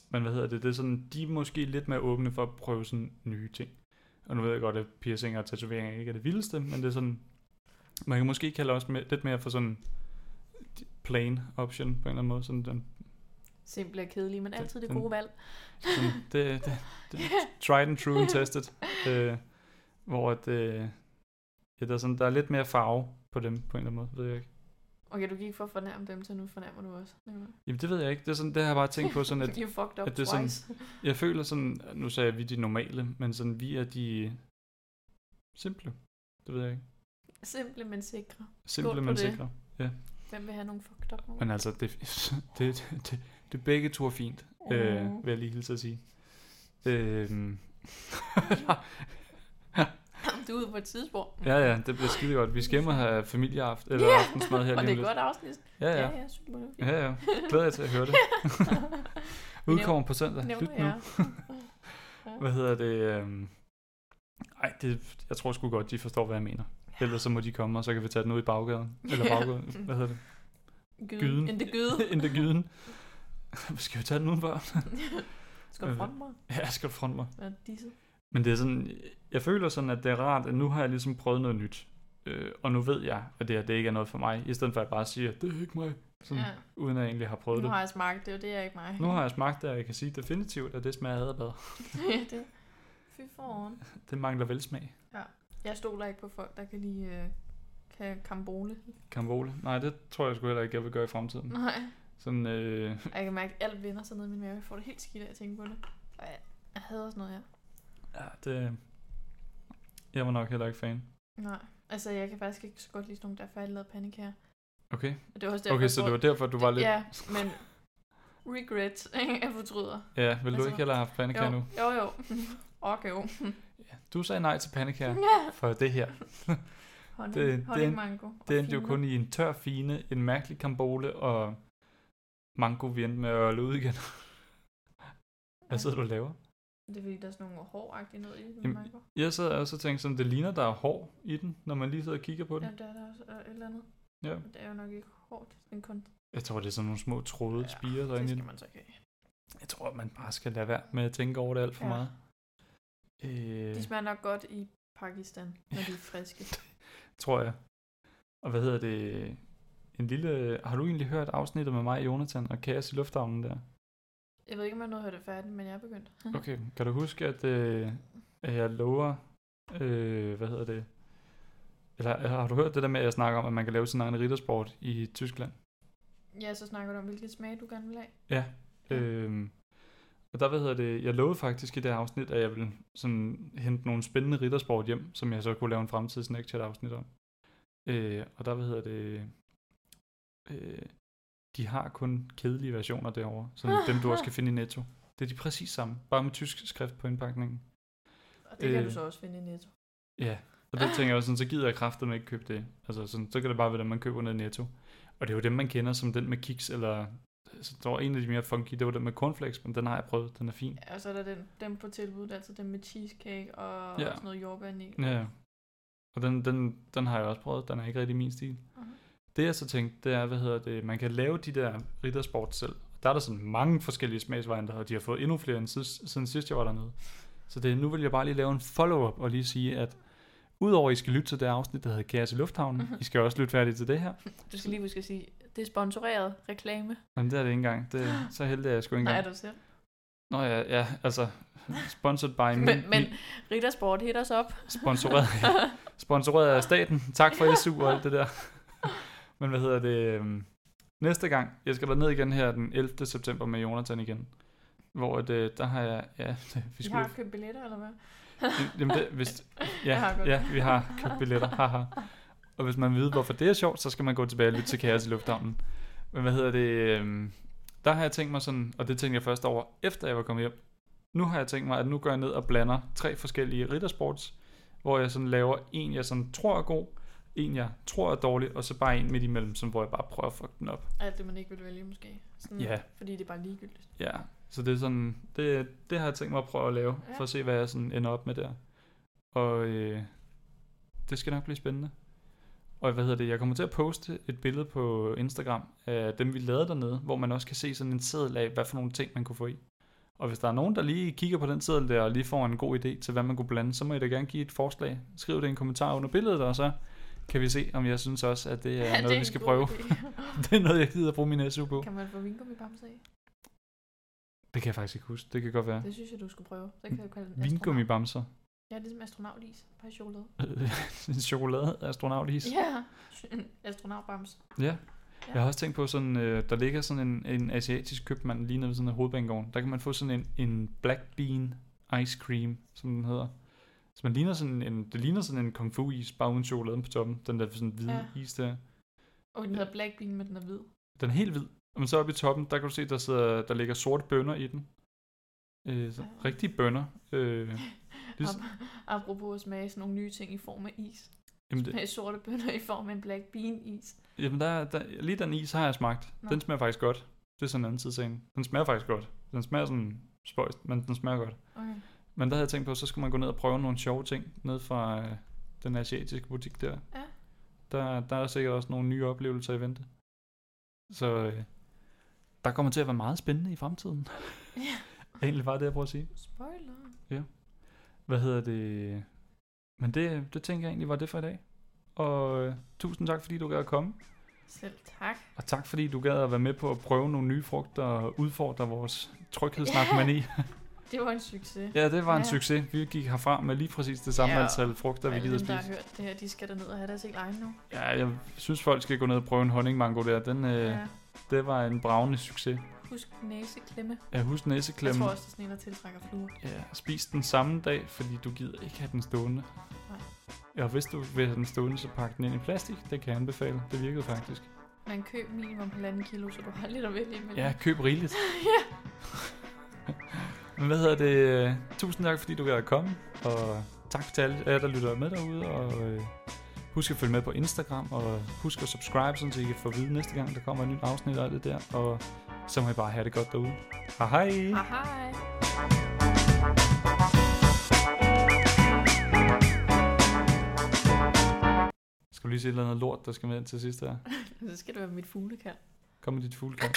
men hvad hedder det? Det er sådan, de er måske lidt mere åbne for at prøve sådan nye ting. Og nu ved jeg godt, at piercinger og tatoveringer ikke er det vildeste, men det er sådan, man kan måske kalde også lidt mere for sådan plain option på en eller anden måde. Sådan, den, Simple og kedelig, men Den- altid det den- gode valg. sådan det, det, det, *laughs* tried and true and tested. Øh, hvor at, øh, ja, der, er sådan, der er lidt mere farve på dem på en eller anden måde, ved jeg ikke. Okay, du gik for at fornærme dem, så nu fornærmer du også. Sådan Jamen det ved jeg ikke, det, er sådan, det har jeg bare tænkt på *laughs* sådan, at at, you fucked up at det er det sådan- twice. Sådan, Jeg føler sådan, nu sagde jeg, at vi er de normale, men sådan, vi er de simple. Det ved jeg ikke. Simple, men sikre. Simple, på men det. sikre. Hvem vil have nogle fucked up nogen? Men altså, det, *laughs* det, det, det begge to er fint, Åh. øh, vil jeg lige hilse at sige. Øh, *laughs* Du er ude på et tidsspor. *laughs* ja, ja, det bliver skide godt. Vi skal hjem og have familieaft, eller *laughs* Ja, yeah! aftensmad her og lige om det lidt. er godt afsnit. Ja, ja. ja, super. Ja, ja. Glæder jeg til at høre det. Udkommer på søndag. Lyt *laughs* Nævner nu. *laughs* jeg. Hvad hedder det? øhm, Ej, det, jeg tror sgu godt, de forstår, hvad jeg mener. Ellers så må de komme, og så kan vi tage den ud i baggaden. Eller Ja. baggaden. Hvad hedder *laughs* det? Gyden. Gyden. En det *laughs* gyde. Inden gyden. skal vi tage den udenfor? *laughs* Skal du fronte mig? Ja, jeg skal fronte mig. Hvad er disse? Men det er sådan, jeg føler sådan, at det er rart, at nu har jeg ligesom prøvet noget nyt. Øh, og nu ved jeg, at det her det ikke er noget for mig. I stedet for at jeg bare siger, det er ikke mig. Sådan, ja. Ja. Uden at jeg egentlig har prøvet Nu det. har jeg smagt det, og det er ikke mig. Nu har jeg smagt det, og jeg kan sige definitivt, at det smager adbad. Ja, *laughs* det. Fy foran. Det mangler velsmag. Jeg stoler ikke på folk, der kan lide øh, kan kambole. Kambole. Nej, det tror jeg sgu heller ikke, jeg vil gøre i fremtiden. Nej. Sådan, øh, Og jeg kan mærke, at alt vender sig ned i min mave. Jeg får det helt skidt af at tænke på det. Og jeg, jeg hader sådan noget her. ja, det... Jeg var nok heller ikke fan. Nej. Altså, jeg kan faktisk ikke så godt lide sådan nogle, der er færdiglavet panik her. Okay, Og det var også derfor, okay jeg så det tror- var derfor, du var lidt... Ja, men regret, *laughs* ikke? Jeg fortryder. Ja, vil du Altså, ikke heller have haft pandekager jo, nu? jo, jo. Okay, jo. Ja, du sagde nej til pandekager Ja. for det her. *laughs* Honning, Det- det- det, honningmango. og Det endte jo fine. kun i en tør fine, en mærkelig kambole og mango, vi endte med at øle ud igen. Hvad sidder du og laver? Det er fordi, der er sådan nogle håragtige noget i den Jamen, mango. Jeg sad også og tænkte sådan, det ligner, der er hår i den, når man lige sidder og kigger på den. Ja, der er der også øh, et eller andet. Ja. Men Det er jo nok ikke hårdt. Det er sådan kun... Jeg tror, det er sådan nogle små tråde, spirer det derinde i skal den. man så ikke have. Jeg tror, man bare skal lade være med at tænke over det alt for Ja. meget. Øh, De smager nok godt i Pakistan, når de er *laughs* friske. *laughs* tror jeg. Og hvad hedder det? En lille... Har du egentlig hørt afsnittet med mig, Jonathan og Kaos i lufthavnen der? Jeg ved ikke, om jeg nåede at høre det færdigt, men jeg er *laughs* begyndt. Okay, kan du huske, at, øh, at jeg lover... Øh, hvad hedder det? Eller eller har du hørt det der med, at jeg snakker om, at man kan lave sin egen riddersport i Tyskland? Ja, så snakker du om, hvilke smag du gerne vil have. Ja. Øhm, og der, hvad hedder det, jeg lovede faktisk i det her afsnit, at jeg ville sådan hente nogle spændende riddersport hjem, som jeg så kunne lave en fremtidig snack chat afsnit om. Øh, og der, hvad hedder det, øh, de har kun kedelige versioner derovre, sådan dem du også kan finde i Netto. Det er de præcis samme, bare med tysk skrift på indpakningen. Og det kan Øh. du så også finde i Netto. Ja, og det tænker jeg også sådan, så gider jeg kraftet med ikke købe det. Altså sådan, så kan det bare være dem, man køber ned i Netto. Og det er jo dem, man kender som den med kiks, eller så der var en af de mere funky, det var den med cornflakes, men den har jeg prøvet, den er fin. Og så er der den, dem på tilbud, det er altså dem med cheesecake og Ja. sådan noget jordbær i. Ja, og den, den, den har jeg også prøvet, den er ikke rigtig min stil. Mhm. Det jeg så tænkte, det er, hvad hedder det, man kan lave de der riddersport selv. Der er der sådan mange forskellige smagsvarianter, og de har fået endnu flere end sidst, siden sidst jeg var dernede. Så det, nu vil jeg bare lige lave en follow-up og lige sige, at udover at I skal lytte til det afsnit, der hedder Kaos i Lufthavnen, Mhm. I skal også lytte færdigt til det her. Du skal lige huske at sige, det er sponsoreret reklame. Jamen, det er det ikke engang. Det, så heldig er jeg sgu ikke Nej, engang. er du selv. Nå ja, ja, altså, sponsored by Men, men min, Riddersport hit os op. sponsoreret, sponsoreret af staten. Tak for SU og alt det der. *laughs* Men hvad hedder det? øhm, Næste gang, jeg skal ned igen her den 11. september med Jonathan igen. Hvor det, der har jeg, ja, *laughs* vi Vi skulle, har købt billetter, eller hvad? jamen det, hvis, *laughs* Jeg ja, har godt. ja, vi har købt billetter, haha. Og hvis man vil vide, hvorfor det er sjovt, så skal man gå tilbage og lytte til Kaos i Lufthavnen. Men hvad hedder det, øhm, der har jeg tænkt mig sådan, og det tænkte jeg først over, efter jeg var kommet hjem. Nu har jeg tænkt mig, at nu går jeg ned og blander tre forskellige riddersports, hvor jeg sådan laver en, jeg sådan tror er god, en, jeg tror er dårlig, og så bare en midt imellem, sådan, hvor jeg bare prøver at fuck den op. Alt det, man ikke vil vælge, måske. Sådan, Ja. Fordi det er bare ligegyldigt. Ja, så det er sådan, det, det har jeg tænkt mig at prøve at lave, Ja. for at se, hvad jeg sådan ender op med der. Og øh, det skal nok blive spændende. Og hvad hedder det, jeg kommer til at poste et billede på Instagram af dem, vi lavede dernede, hvor man også kan se sådan en seddel af, hvad for nogle ting, man kunne få i. Og hvis der er nogen, der lige kigger på den seddel der, og lige får en god idé til, hvad man kunne blande, så må I da gerne give et forslag. Skriv det i en kommentar under billedet, og så kan vi se, om jeg synes også, at *laughs* det er det noget, en vi skal god prøve. *laughs* idé. det er noget, jeg gider at bruge min SU på. kan man få vingummibamser i? Det kan jeg faktisk ikke huske. Det kan godt være. Det synes jeg, du skulle prøve. Så kan jeg kalde den astronaut. *laughs* Vingummibamser. Ja, ligesom astronautis. Bare i chokolade. en chokoladeastronautis. Ja. En astronautbams. Ja. Jeg har også tænkt på sådan, øh, der ligger sådan en, en asiatisk købmand lige nede ved sådan en hovedbanegården. Der kan man få sådan en, en black bean ice cream, som den hedder. Så man ligner sådan en, det ligner sådan en kung fu is, bare uden chokoladen på toppen. Den der sådan hvide ja. is der. Og den hedder Black Bean, men den er hvid. Den er helt hvid. Og men så oppe i toppen, der kan du se, der, sidder, der ligger sorte bønner i den. Øh, så, Ja. rigtige bønner. Øh, Det er s- Ap- Apropos at smage sådan nogle nye ting i form af is. jamen, det, Smage sorte bønner i form af en black bean is. jamen der, der, lige den is har jeg smagt. Nå. Den smager faktisk godt. Det er sådan en anden side af sagen. Den smager faktisk godt. Den smager sådan spøjst, men den smager godt. Okay. Men der havde jeg tænkt på, så skulle man gå ned og prøve nogle sjove ting ned fra øh, den asiatiske butik der. Ja. Der, der er sikkert også nogle nye oplevelser i vente. Så øh, der kommer til at være meget spændende i fremtiden. *laughs* Ja. Egentlig bare det, jeg prøver at sige. Spoiler. Hvad hedder det? Men det, det tænker jeg egentlig var det for i dag. Og øh, tusind tak, fordi du gad at komme. Selv tak. Og tak fordi du gad at være med på at prøve nogle nye frugter og udfordre vores *laughs* tryghedsnarkomani. Det var en succes. Ja, det var en Ja. succes. Vi gik herfra med lige præcis det samme Ja, ja. antal frugter, vi Alle gider dem, der har spise. hørt det her, de skal derned og have deres helt egen nu. Ja, jeg synes, folk skal gå ned og prøve en honningmango der. Den, øh, ja. Ja. Det var en bravende succes. Husk næseklemme. Ja, husk Jeg næseklemme. tror også, det er sådan en, der tiltrækker fluer. Ja, spis den samme dag, fordi du gider ikke have den stående. Nej. Ja, og hvis du vil have den stående, så pak den ind i plastik. Det kan jeg anbefale. Det virkede faktisk. Man køb minimum halvanden kilo, så du har lidt at vælge imellem. Ja, køb rigeligt. ja. Men hvad hedder det? Tusind tak, fordi du er komme, og tak til alle jer, der lytter med derude, og øh, husk at følge med på Instagram, og husk at subscribe, sådan, så I kan få at vide næste gang, der kommer et nyt afsnit og alt det der, og så må I bare have det godt derude. Hej hej! Ah, hej. Skal du lige se et eller andet lort, der skal med ind til sidst her? Så skal det være mit fuglekald. Kom med dit fuglekald.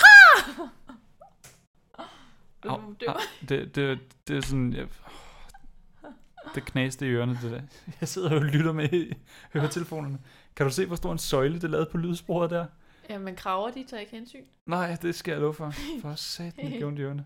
Ved Au, du, Det var Det, det, det er sådan... Jeg, det knaste i ørerne, det der. Jeg sidder og lytter med i høretelefonerne. Kan du se, hvor stor en søjle det er lavet på lydsporet der? Ja, men kraver, de tager ikke hensyn. Nej, det skal jeg love for. For satan, det gjorde ondt i ørerne.